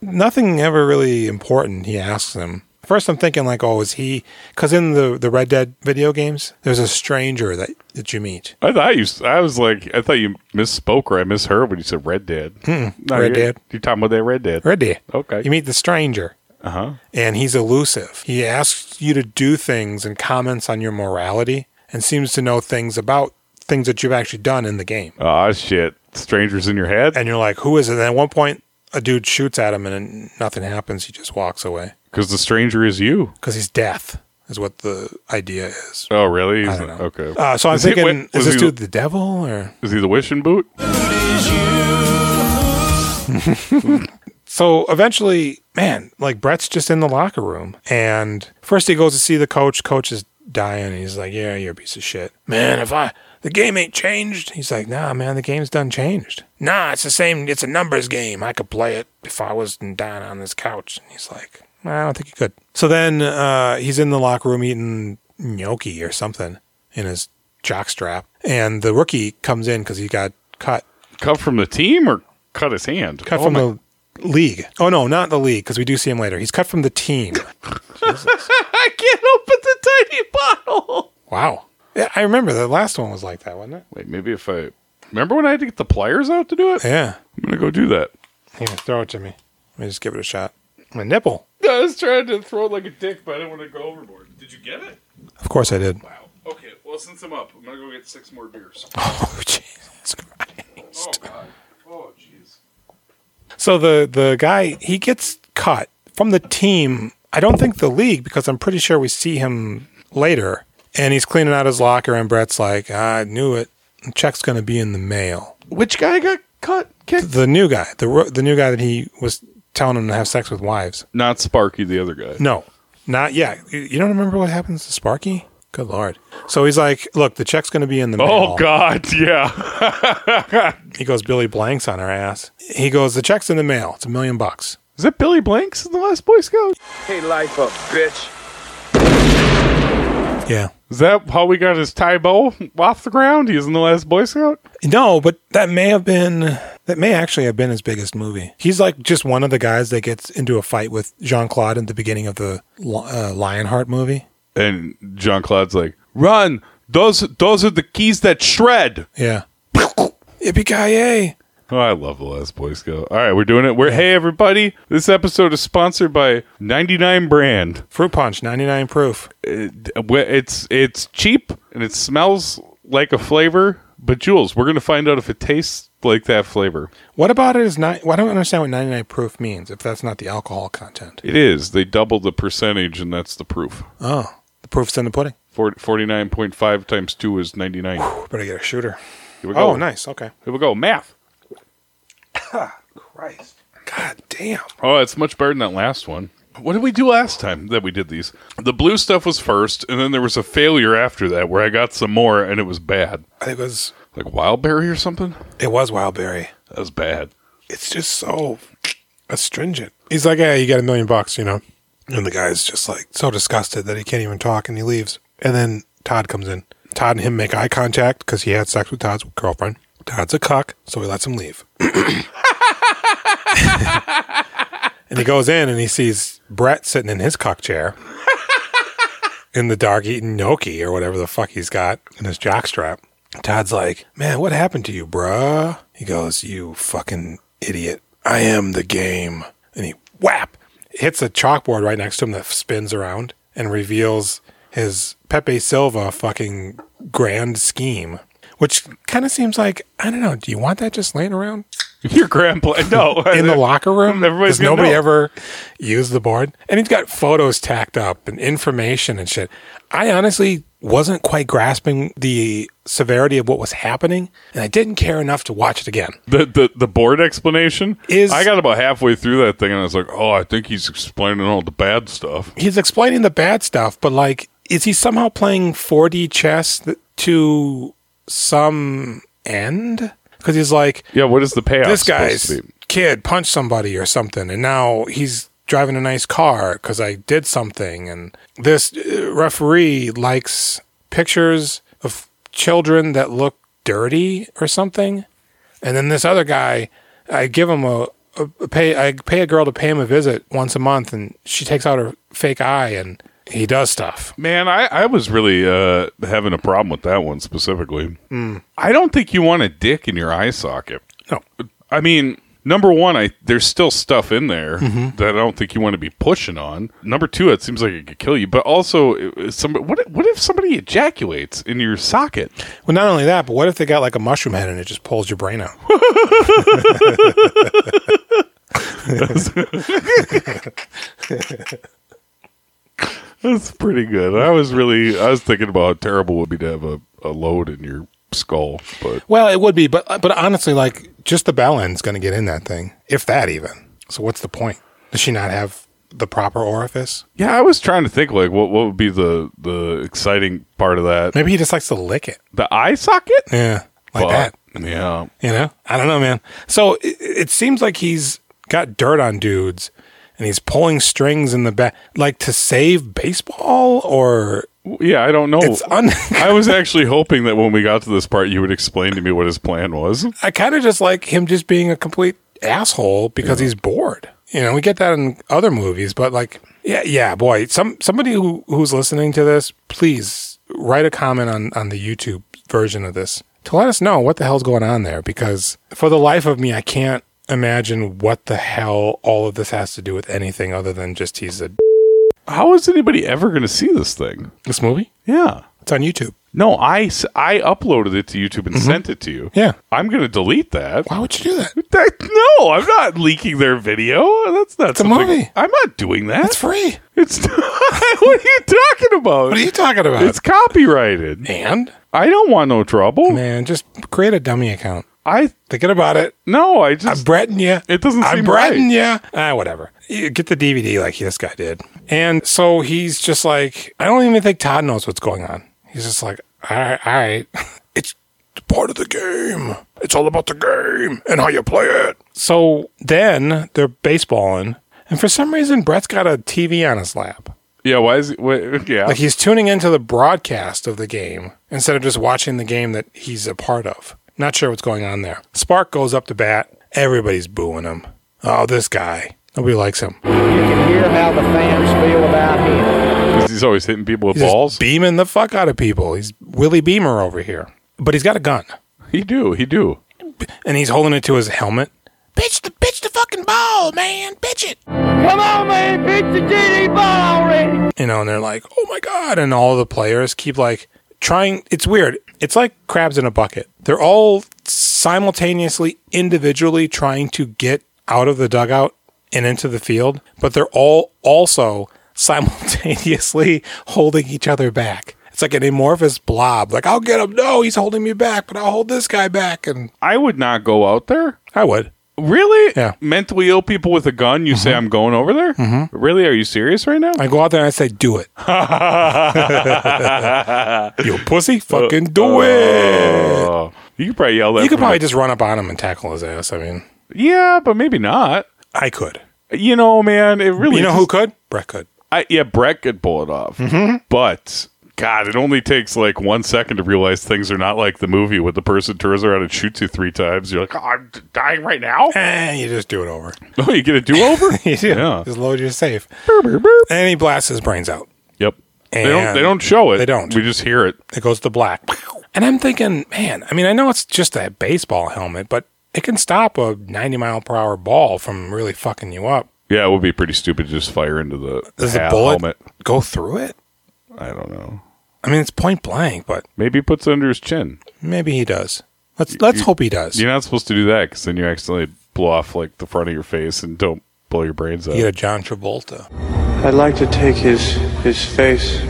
Speaker 2: nothing ever really important he asks him first i'm thinking like oh is he because in the the red dead video games there's a stranger that that you meet
Speaker 1: I thought you. s- I was like, I thought you misspoke or I misheard when you said Red Dead. No,
Speaker 2: Hmm. Red
Speaker 1: you're-
Speaker 2: Dead.
Speaker 1: You're talking about that Red Dead.
Speaker 2: red dead
Speaker 1: Okay.
Speaker 2: you meet the stranger
Speaker 1: Uh-huh.
Speaker 2: and he's elusive he asks you to do things and comments on your morality and seems to know things about things that you've actually done in the game
Speaker 1: Ah, shit. Strangers in your head.
Speaker 2: and you're like who is it and at one point a dude shoots at him and then nothing happens he just walks away
Speaker 1: Because the stranger is you.
Speaker 2: because he's death is what the idea is
Speaker 1: Oh, really? He's-
Speaker 2: I don't know.
Speaker 1: Okay.
Speaker 2: Uh, so I'm
Speaker 1: Is he-
Speaker 2: thinking,
Speaker 1: wait,
Speaker 2: is
Speaker 1: was
Speaker 2: this
Speaker 1: he-
Speaker 2: dude the devil or
Speaker 1: Is he the wishing boot?
Speaker 2: So eventually, man, like Brett's just in the locker room. And first he goes to see the coach. Coach is dying. And he's like, yeah, you're a piece of shit. Man, if I, the game ain't changed. He's like, nah, man, the game's done changed. Nah, it's the same. It's a numbers game. I could play it if I wasn't dying on this couch. And he's like, I don't think he could. So then uh, he's in the locker room eating gnocchi or something in his jockstrap. And the rookie comes in because he got cut.
Speaker 1: Cut from the team or cut his hand?
Speaker 2: Cut
Speaker 1: Oh,
Speaker 2: from
Speaker 1: my-
Speaker 2: the league. Oh, no, not the league because we do see him later. He's cut from the team.
Speaker 1: I can't open the tiny bottle.
Speaker 2: wow. Yeah, I remember the last one was like that, wasn't it?
Speaker 1: Wait, maybe if I remember when I had to get the pliers out to do it.
Speaker 2: Yeah.
Speaker 1: I'm gonna go do that.
Speaker 2: Here, throw it to me. Let me just give it a shot. My nipple.
Speaker 1: I was trying to throw it like a dick, but I didn't want to go overboard. Did you get it?
Speaker 2: Of course I did.
Speaker 1: Wow. Okay. Well, since I'm up, I'm gonna go get six more beers.
Speaker 2: Oh, Jesus Christ.
Speaker 1: Oh God. Oh jeez.
Speaker 2: So the the guy he gets cut from the team. I don't think the league because I'm pretty sure we see him later, and he's cleaning out his locker, and Brett's like, "I knew it. The check's gonna be in the mail."
Speaker 1: Which guy got cut? Kicked?
Speaker 2: The new guy, the ro- the new guy that he was telling him to have sex with wives.
Speaker 1: Not Sparky, the other guy.
Speaker 2: No, not yet. You- You don't remember what happens to Sparky? Good lord. So he's like, "Look, the check's gonna be in the mail."
Speaker 1: Oh God. Yeah.
Speaker 2: He goes, "Billy blanks on her ass." He goes, "The check's in the mail. It's a million bucks."
Speaker 1: Is that Billy Blanks in the last Boy Scout?
Speaker 5: Hey, life up, bitch.
Speaker 2: Yeah.
Speaker 1: Is that how we got his tie bow off the ground? He's in the last Boy Scout.
Speaker 2: No, but that may have been that may actually have been his biggest movie. He's like just one of the guys that gets into a fight with Jean Claude at the beginning of the Li- uh, Lionheart movie.
Speaker 1: And John Claude's like, "Run! Those those are the keys that shred."
Speaker 2: Yeah. Yippee ki
Speaker 1: Oh, I love the last Boy Scout. All right, we're doing it. We're hey everybody. This episode is sponsored by 99 Brand.
Speaker 2: Fruit punch, ninety nine proof.
Speaker 1: It- It's it's cheap and it smells like a flavor. But Jules, we're gonna find out if it tastes like that flavor.
Speaker 2: What about it is not? Well, I don't understand what ninety nine proof means if that's not the alcohol content.
Speaker 1: It is. They double the percentage, and that's the proof.
Speaker 2: Oh, the proof's in the pudding.
Speaker 1: 40, 49.5 times two is 99. Here
Speaker 2: Better get a shooter.
Speaker 1: we go.
Speaker 2: Oh, nice. Okay.
Speaker 1: Here we go. Math.
Speaker 2: Christ. God damn.
Speaker 1: Oh, it's much better than that last one. What did we do last time that we did these? The blue stuff was first, and then there was a failure after that where I got some more and it was bad.
Speaker 2: It was.
Speaker 1: Like Wildberry or something?
Speaker 2: It was Wildberry.
Speaker 1: That was bad.
Speaker 2: it's just so astringent. He's like, "Hey, you got a million bucks, you know," and the guy's just like so disgusted that he can't even talk, and he leaves. And then Todd comes in. Todd and him make eye contact because he had sex with Todd's girlfriend. Todd's a cuck, so he lets him leave. and he goes in and he sees Brett sitting in his cuck chair in the dark eating gnocchi or whatever the fuck he's got in his jockstrap. Todd's like, Man, what happened to you, bruh? He goes, You fucking idiot. I am the game. And he whap hits a chalkboard right next to him that spins around and reveals his Pepe Silva fucking grand scheme. Which kind of seems like I don't know. Do you want that just laying around
Speaker 1: Your grandpa. No.
Speaker 2: in the locker room?
Speaker 1: Everybody's
Speaker 2: Does
Speaker 1: gonna
Speaker 2: nobody
Speaker 1: know.
Speaker 2: ever use the board? And he's got photos tacked up and information and shit. I honestly wasn't quite grasping the severity of what was happening, and I didn't care enough to watch it again.
Speaker 1: The, the, the board explanation
Speaker 2: Is-
Speaker 1: I got about halfway through that thing and I was like, oh, I think he's explaining all the bad stuff.
Speaker 2: He's explaining the bad stuff, but like, is he somehow playing 4D chess th- to some end? Because he's like,
Speaker 1: Yeah, what is the payoff?
Speaker 2: this
Speaker 1: supposed
Speaker 2: guy's
Speaker 1: to be?
Speaker 2: kid punched somebody or something, and now he's driving a nice car because I did something. And this uh, referee likes pictures of children that look dirty or something. And then this other guy, I give him a, a, a pay. I pay a girl to pay him a visit once a month, and she takes out her fake eye, and he does stuff.
Speaker 1: Man, I, I was really uh, having a problem with that one specifically. I don't think you want a dick in your eye socket.
Speaker 2: No.
Speaker 1: I mean, number one, I there's still stuff in there that I don't think you want to be pushing on. Number two, it seems like it could kill you. But also, it- it's some what if- what if somebody ejaculates in your socket?
Speaker 2: Well, not only that, but what if they got like a mushroom head and it just pulls your brain out?
Speaker 1: That's pretty good. I was really I was thinking about how terrible it would be to have a, a load in your skull, but
Speaker 2: Well, it would be, but but honestly, like just the bell end's going to get in that thing, if that even. So what's the point? Does she not have the proper orifice.
Speaker 1: Yeah, I was trying to think like what what would be the the exciting part of that.
Speaker 2: Maybe he just likes to lick it.
Speaker 1: The eye socket?
Speaker 2: Yeah, like that.
Speaker 1: Yeah.
Speaker 2: You know, I don't know, man. So it, it seems like he's got dirt on dudes, and he's pulling strings in the back, like to save baseball or
Speaker 1: Yeah, I don't know.
Speaker 2: It's un-
Speaker 1: I was actually hoping that when we got to this part you would explain to me what his plan was.
Speaker 2: I kind of just like him just being a complete asshole because he's bored. You know, we get that in other movies, but like, yeah, yeah, boy, some somebody who who's listening to this, please write a comment on on the YouTube version of this to let us know what the hell's going on there because for the life of me, I can't imagine what the hell all of this has to do with anything other than just he's a
Speaker 1: How is anybody ever going to see this thing?
Speaker 2: this movie.
Speaker 1: Yeah.
Speaker 2: It's on YouTube.
Speaker 1: No, I, s- I uploaded it to YouTube
Speaker 2: Mm-hmm.
Speaker 1: and sent it to you.
Speaker 2: Yeah.
Speaker 1: I'm going to delete that.
Speaker 2: Why would you do that?
Speaker 1: That- No, I'm not leaking their video. That's not
Speaker 2: a
Speaker 1: something-
Speaker 2: movie.
Speaker 1: I'm not doing that.
Speaker 2: It's free.
Speaker 1: It's what are you talking about?
Speaker 2: What are you talking about?
Speaker 1: It's copyrighted.
Speaker 2: and
Speaker 1: I don't want no trouble.
Speaker 2: man, just create a dummy account.
Speaker 1: I
Speaker 2: Thinking about it.
Speaker 1: no, I
Speaker 2: I'm
Speaker 1: just
Speaker 2: bretting you.
Speaker 1: It doesn't
Speaker 2: I'm
Speaker 1: seem
Speaker 2: bretting you. Ah, whatever. You get the DVD like this guy did. And so he's just like, I don't even think Todd knows what's going on. He's just like, all right, all right. It's part of the game. It's all about the game and how you play it. So then they're baseballing. And for some reason, Brett's got a TV on his lap.
Speaker 1: yeah. Why is it? Wait, yeah,
Speaker 2: Like he's tuning into the broadcast of the game instead of just watching the game that he's a part of. Not sure what's going on there. Spark goes up to bat. Everybody's booing him. Oh, this guy. Nobody likes him.
Speaker 1: because he's always hitting people with
Speaker 2: He's just
Speaker 1: balls.
Speaker 2: beaming the fuck out of people. He's Willie Beamer over here. But he's got a gun.
Speaker 1: he do, he do.
Speaker 2: And he's holding it to his helmet. Pitch the pitch the fucking ball, man. Pitch it.
Speaker 10: Come on, man, pitch the DD ball already.
Speaker 2: you know, and they're like, oh my God. And all the players keep like trying. It's weird. It's like crabs in a bucket. They're all simultaneously, individually trying to get out of the dugout and into the field, but they're all also simultaneously holding each other back. It's like an amorphous blob. Like, I'll get him. No, he's holding me back, but I'll hold this guy back. And
Speaker 1: I would not go out there.
Speaker 2: I would.
Speaker 1: Really?
Speaker 2: Yeah.
Speaker 1: Mentally ill people with a gun. You say I'm going over there? Mm-hmm. Really? Are you serious right now?
Speaker 2: I go out there and I say, do it. you pussy, fucking do it.
Speaker 1: Oh, you could probably yell that.
Speaker 2: You could
Speaker 1: from
Speaker 2: probably
Speaker 1: the-
Speaker 2: just run up on him and tackle his ass. I mean,
Speaker 1: yeah, but maybe not.
Speaker 2: I could.
Speaker 1: You know, man, it really.
Speaker 2: You know
Speaker 1: just-
Speaker 2: who Mm-hmm. could? Brett could.
Speaker 1: I, yeah, Brett could pull it off. But God, it only takes like one second to realize things are not like the movie with the person turns around and shoots you three times. You're like, "Oh, I'm dying right now.
Speaker 2: And you just do it over.
Speaker 1: oh, you get a do over?
Speaker 2: You do.
Speaker 1: Yeah.
Speaker 2: Just load your safe. And he blasts his brains out.
Speaker 1: Yep. they don't.
Speaker 2: And
Speaker 1: They don't show it.
Speaker 2: they don't.
Speaker 1: We just hear it.
Speaker 2: It goes to black. And I'm thinking, man, I mean, I know it's just a baseball helmet, but it can stop a 90 mile per hour ball from really fucking you up.
Speaker 1: Yeah, it would be pretty stupid to just fire into the, the
Speaker 2: Does a
Speaker 1: hat
Speaker 2: bullet
Speaker 1: helmet.
Speaker 2: go through it?
Speaker 1: I don't know.
Speaker 2: I mean, it's point blank, but
Speaker 1: Maybe he puts it under his chin.
Speaker 2: maybe he does. Let's let's hope he does.
Speaker 1: You're not supposed to do that because then you accidentally blow off like the front of your face and don't blow your brains out.
Speaker 2: You get a John Travolta.
Speaker 11: I'd like to take his his face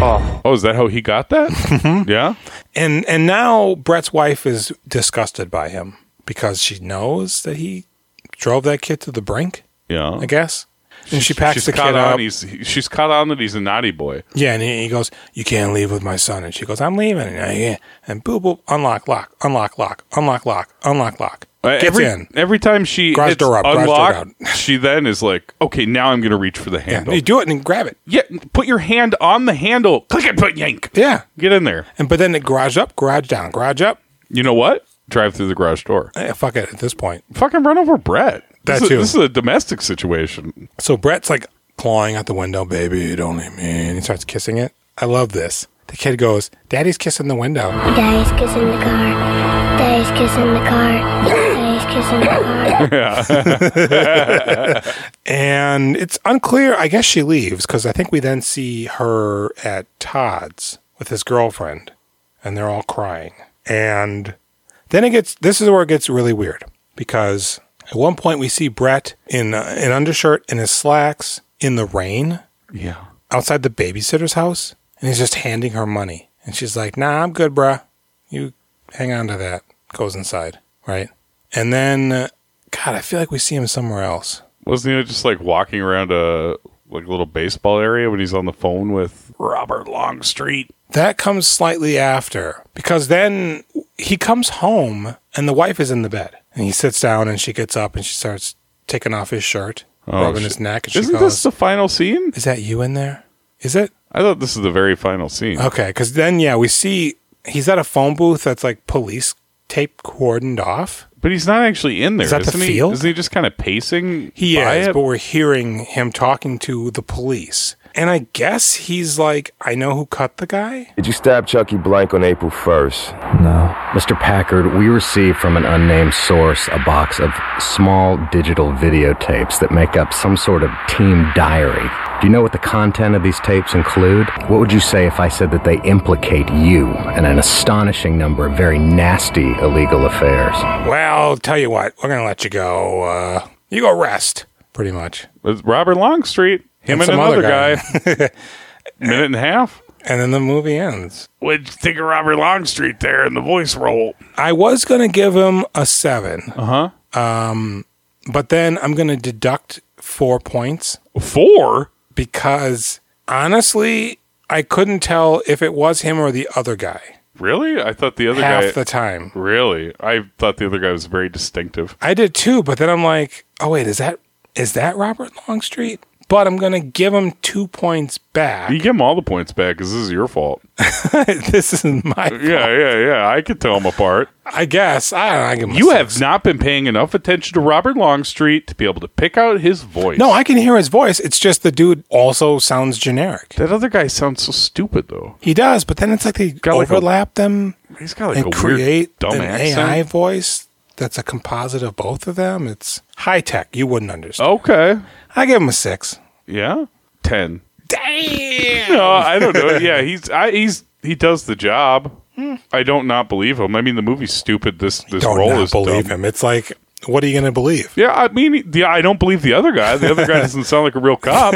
Speaker 11: off.
Speaker 1: Oh, is that how he got
Speaker 2: Mm-hmm.
Speaker 1: that? yeah.
Speaker 2: and and now Brett's wife is disgusted by him because she knows that he drove that kid to the brink.
Speaker 1: Yeah.
Speaker 2: I guess. And she packs
Speaker 1: she's
Speaker 2: the
Speaker 1: caught
Speaker 2: kid
Speaker 1: on.
Speaker 2: up.
Speaker 1: He's he- she's caught on that he's a naughty boy.
Speaker 2: Yeah, and he he goes, "You can't leave with my son." And she goes, "I'm leaving." And I, yeah, and boop boop, unlock lock, unlock lock, unlock lock, unlock lock.
Speaker 1: Uh,
Speaker 2: Gets
Speaker 1: every
Speaker 2: in.
Speaker 1: every time she
Speaker 2: Garage
Speaker 1: hits
Speaker 2: door up, garage door
Speaker 1: unlock, she then is like, "Okay, now I'm gonna reach for the
Speaker 2: Yeah,
Speaker 1: handle."
Speaker 2: you do it and grab it.
Speaker 1: Yeah, put your hand on the handle. Click it, but yank.
Speaker 2: Yeah,
Speaker 1: Get in there.
Speaker 2: and but then the garage up, garage down, garage up.
Speaker 1: You know what? Drive through the garage door.
Speaker 2: Eh, fuck it. At this point,
Speaker 1: Fucking run over Brett.
Speaker 2: That
Speaker 1: this
Speaker 2: too.
Speaker 1: Is, this is a domestic situation.
Speaker 2: So Brett's like clawing at the window, baby, don't leave me. And he starts kissing it. I love this. The kid goes, Daddy's kissing the window.
Speaker 8: Daddy's kissing the car. Daddy's kissing the car. Daddy's kissing the car.
Speaker 2: And it's unclear. I guess she leaves because I think we then see her at Todd's with his girlfriend and they're all crying. And then it gets, this is where it gets really weird because at one point we see Brett in uh, an undershirt and his slacks in the rain.
Speaker 1: Yeah.
Speaker 2: outside the babysitter's house and he's just handing her money. And she's like, nah, I'm good, bruh. You hang on to that. Goes inside, right? And then, uh, God, I feel like we see him somewhere else.
Speaker 1: Wasn't he just like walking around a like little baseball area when he's on the phone with Robert Longstreet?
Speaker 2: That comes slightly after because then he comes home and the wife is in the bed and he sits down and she gets up and she starts taking off his shirt,
Speaker 1: Oh,
Speaker 2: rubbing
Speaker 1: shit.
Speaker 2: his neck. And
Speaker 1: Isn't
Speaker 2: she
Speaker 1: this
Speaker 2: goes,
Speaker 1: the final scene?
Speaker 2: Is that you in there? Is it?
Speaker 1: I thought this is the very final scene.
Speaker 2: Okay, because then yeah, we see he's at a phone booth that's like police tape cordoned off.
Speaker 1: But he's not actually in there.
Speaker 2: Is that the
Speaker 1: isn't he?
Speaker 2: field?
Speaker 1: Isn't he just kind of pacing?
Speaker 2: He
Speaker 1: by
Speaker 2: is,
Speaker 1: it?
Speaker 2: but we're hearing him talking to the police. And I guess he's like, I know who cut the guy.
Speaker 12: Did you stab Chucky Blank on April 1st? No.
Speaker 13: Mr. Packard, we received from an unnamed source a box of small digital videotapes that make up some sort of team diary. Do you know what the content of these tapes include? What would you say if I said that they implicate you in an astonishing number of very nasty illegal affairs?
Speaker 2: Well, tell you what, we're gonna let you go. Uh, you go rest, pretty much.
Speaker 1: It's Robert Longstreet, him and,
Speaker 2: some
Speaker 1: another
Speaker 2: other
Speaker 1: guy.
Speaker 2: guy.
Speaker 1: Minute and a half.
Speaker 2: And then the movie ends.
Speaker 1: What'd you think of Robert Longstreet there in the voice role?
Speaker 2: I was gonna give him a seven.
Speaker 1: Uh
Speaker 2: huh. Um, but then I'm gonna deduct four points.
Speaker 1: Four?
Speaker 2: Because honestly, I couldn't tell if it was him or the other guy.
Speaker 1: Really? I thought the other
Speaker 2: Half
Speaker 1: guy
Speaker 2: the time.
Speaker 1: Really? I thought the other guy was very distinctive.
Speaker 2: I did too, but then I'm like, oh wait, is that is that Robert Longstreet? But I'm gonna give him two points back.
Speaker 1: You give him all the points back because this is your fault.
Speaker 2: this isn't my
Speaker 1: Yeah, yeah, yeah. I could tell them apart.
Speaker 2: I guess. I don't I give him a
Speaker 1: You have not been paying enough attention to Robert Longstreet to be able to pick out his voice.
Speaker 2: No, I can hear his voice. It's just the dude also sounds generic.
Speaker 1: That other guy sounds so stupid though.
Speaker 2: He does, but then it's like they
Speaker 1: like, a-
Speaker 2: overlap them
Speaker 1: He's got like a
Speaker 2: and
Speaker 1: weird
Speaker 2: create
Speaker 1: dumb
Speaker 2: an
Speaker 1: accent.
Speaker 2: AI voice that's a composite of both of them. It's high tech. You wouldn't understand.
Speaker 1: Okay.
Speaker 2: I give him a six.
Speaker 1: Yeah? Ten. Damn. No, I don't know. Yeah, he's I, he's he does the job. I don't not believe him. I mean, the movie's stupid. This this
Speaker 2: Don't
Speaker 1: role
Speaker 2: not
Speaker 1: is
Speaker 2: believe
Speaker 1: dumb.
Speaker 2: him. It's like, what are you gonna believe?
Speaker 1: Yeah, I mean, the, I don't believe the other guy. The other guy doesn't sound like a real cop.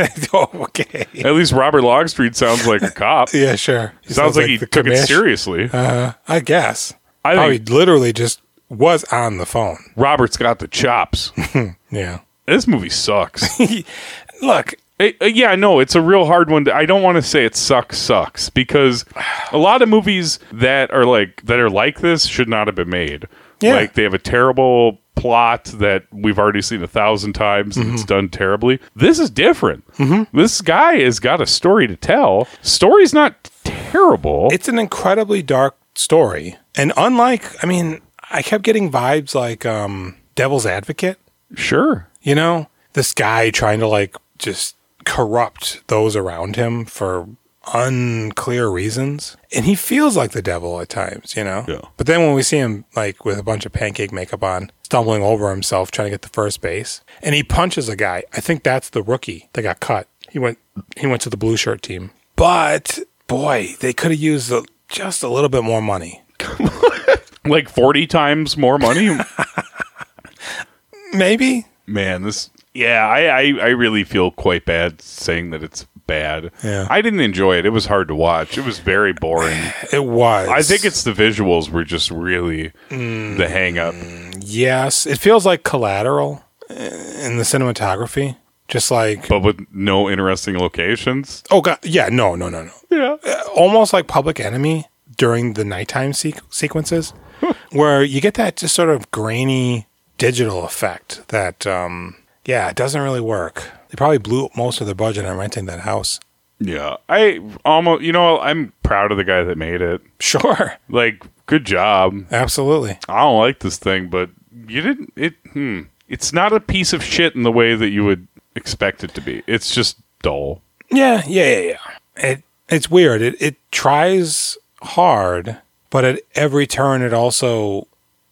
Speaker 2: okay.
Speaker 1: At least Robert Logstreet sounds like a cop.
Speaker 2: Yeah, sure.
Speaker 1: He sounds, like, he
Speaker 2: the
Speaker 1: took it
Speaker 2: commish.
Speaker 1: seriously.
Speaker 2: Uh, I guess.
Speaker 1: I
Speaker 2: I
Speaker 1: think-
Speaker 2: he literally just was on the phone.
Speaker 1: Robert's got the chops.
Speaker 2: Yeah.
Speaker 1: this movie sucks.
Speaker 2: Look,
Speaker 1: It- uh, yeah, no, it's a real hard one. To, I don't want to say it sucks, sucks because a lot of movies that are like that are like this should not have been made.
Speaker 2: Yeah.
Speaker 1: Like they have a terrible plot that we've already seen a thousand times and it's done terribly. This is different. This guy has got a story to tell. Story's not terrible.
Speaker 2: it's an incredibly dark story. And unlike, I mean, I kept getting vibes like um, Devil's Advocate,
Speaker 1: sure.
Speaker 2: you know? This guy trying to like just corrupt those around him for unclear reasons. And he feels like the devil at times, you know? Yeah. But then when we see him like with a bunch of pancake makeup on, stumbling over himself trying to get to first base, and he punches a guy. I think that's the rookie that got cut. He went he went to the blue shirt team. But boy, they could have used a, just a little bit more money.
Speaker 1: Like 40 times more money.
Speaker 2: Maybe.
Speaker 1: Man, this. Yeah, I, I, I really feel quite bad saying that it's bad.
Speaker 2: Yeah.
Speaker 1: I didn't enjoy it. It was hard to watch. It was very boring.
Speaker 2: It was.
Speaker 1: I think it's the visuals were just really the hang up.
Speaker 2: yes. It feels like collateral uh, in the cinematography. Just like
Speaker 1: But with no interesting locations.
Speaker 2: oh god, yeah, no, no, no, no.
Speaker 1: Yeah.
Speaker 2: almost like Public Enemy during the nighttime sequ- sequences, where you get that just sort of grainy digital effect that, um, yeah, it doesn't really work. They probably blew up most of their budget on renting that house.
Speaker 1: Yeah. I almost, you know, I'm proud of the guy that made it.
Speaker 2: Sure,
Speaker 1: Like, good job.
Speaker 2: absolutely.
Speaker 1: I don't like this thing, but you didn't. It, hmm. It's not a piece of shit in the way that you would expect it to be. It's just dull.
Speaker 2: Yeah, yeah, yeah, yeah. It it's weird. It it tries hard, but at every turn, it also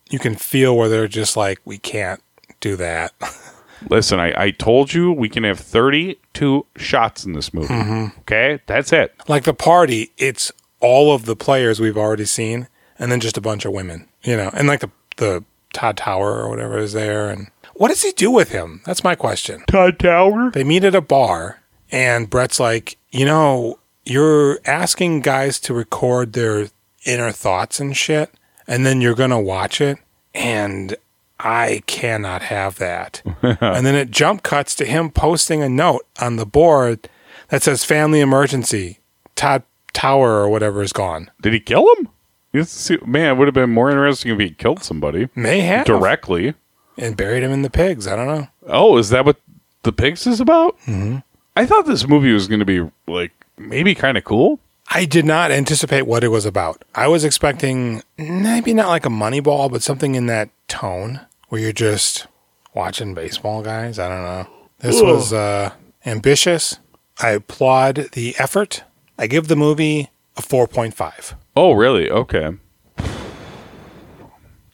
Speaker 2: you can feel where they're just like, we can't do that.
Speaker 1: Listen, I, I told you we can have 32 shots in this movie. Okay? That's it.
Speaker 2: like the party, it's all of the players we've already seen, and then just a bunch of women, you know, and like the the Todd Tower or whatever is there. And what does he do with him? That's my question.
Speaker 1: Todd Tower?
Speaker 2: They meet at a bar, and Brett's like, you know, you're asking guys to record their inner thoughts and shit, and then you're gonna watch it, and I cannot have that. and then it jump cuts to him posting a note on the board that says family emergency. Todd Tower or whatever is gone.
Speaker 1: Did he kill him? You have to see- man, it would have been more interesting if he killed somebody.
Speaker 2: May
Speaker 1: Oh.
Speaker 2: have.
Speaker 1: Directly.
Speaker 2: And buried him in the pigs. I don't know.
Speaker 1: Oh, is that what the pigs is about? Mm-hmm. I thought this movie was going to be like maybe kind of cool.
Speaker 2: I did not anticipate what it was about. I was expecting maybe not like a Moneyball, but something in that tone where you're just watching baseball guys. I don't know. This
Speaker 14: Ugh.
Speaker 2: was uh, ambitious. I applaud the effort. I give the movie a 4.5.
Speaker 1: Oh, really? Okay.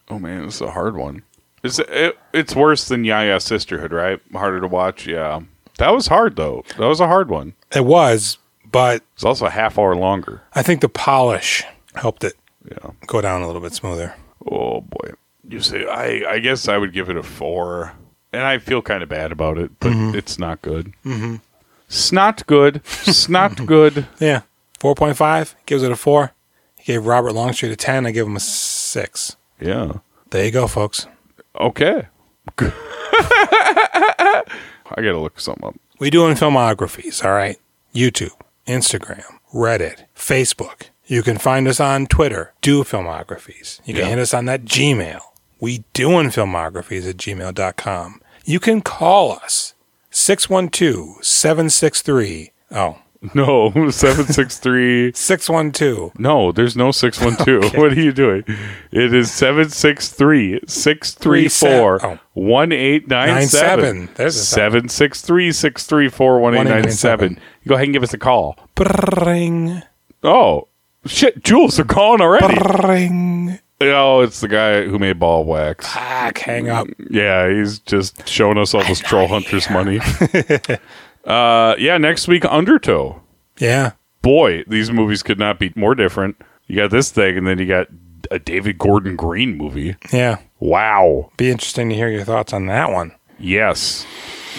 Speaker 1: Oh man, this is a hard one. It's it, it's worse than Yaya Sisterhood, right? Harder to watch. Yeah, that was hard though. That was a hard one.
Speaker 2: It was, but
Speaker 1: it's also a half hour longer.
Speaker 2: I think the polish helped it
Speaker 1: yeah.
Speaker 2: go down a little bit smoother.
Speaker 1: Oh boy. You say I I guess I would give it a four, and I feel kind of bad about it, but
Speaker 2: Mhm.
Speaker 1: it's not good.
Speaker 2: Mm-hmm.
Speaker 1: Snot good. Snot good.
Speaker 2: Yeah. 4.5 gives it a 4. He gave Robert Longstreet a 10. I give him a 6.
Speaker 1: Yeah.
Speaker 2: There you go, folks.
Speaker 1: Okay. I gotta look something up.
Speaker 2: We doing filmographies, all right? YouTube, Instagram, Reddit, Facebook. You can find us on Twitter, do filmographies. You can hit us on that Gmail. We doing filmographies at gmail.com. You can call us 612 763. Oh.
Speaker 1: No, 763
Speaker 2: 612.
Speaker 1: No, there's no 612. What are you doing? It is 763
Speaker 2: Oh.
Speaker 1: 634 1897.
Speaker 2: Nine seven. There's a seven.
Speaker 1: 763 634 1897. Go ahead and give us a call.
Speaker 2: Ring.
Speaker 1: Oh, shit. Jules, they're calling already.
Speaker 2: Ring.
Speaker 1: Oh, it's the guy who made ball wax.
Speaker 2: Fuck, hang up.
Speaker 1: Yeah, he's just showing us all this troll hunters money. uh, yeah, next week, Undertow.
Speaker 2: Yeah.
Speaker 1: boy, these movies could not be more different. You got this thing, and then you got a David Gordon Green movie.
Speaker 2: Yeah.
Speaker 1: Wow.
Speaker 2: Be interesting to hear your thoughts on that one.
Speaker 1: Yes.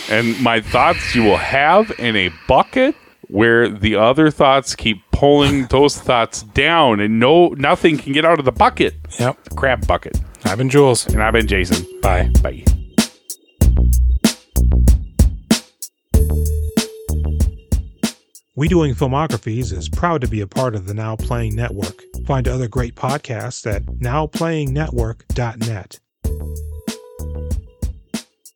Speaker 1: And my thoughts you will have in a bucket where the other thoughts keep pulling those thoughts down, and no nothing can get out of the bucket.
Speaker 2: Yep.
Speaker 1: The crap bucket.
Speaker 2: I've been Jules.
Speaker 1: And I've been Jason.
Speaker 2: Bye.
Speaker 1: Bye.
Speaker 15: We Doing Filmographies is proud to be a part of the Now Playing Network. Find other great podcasts at nowplayingnetwork.net.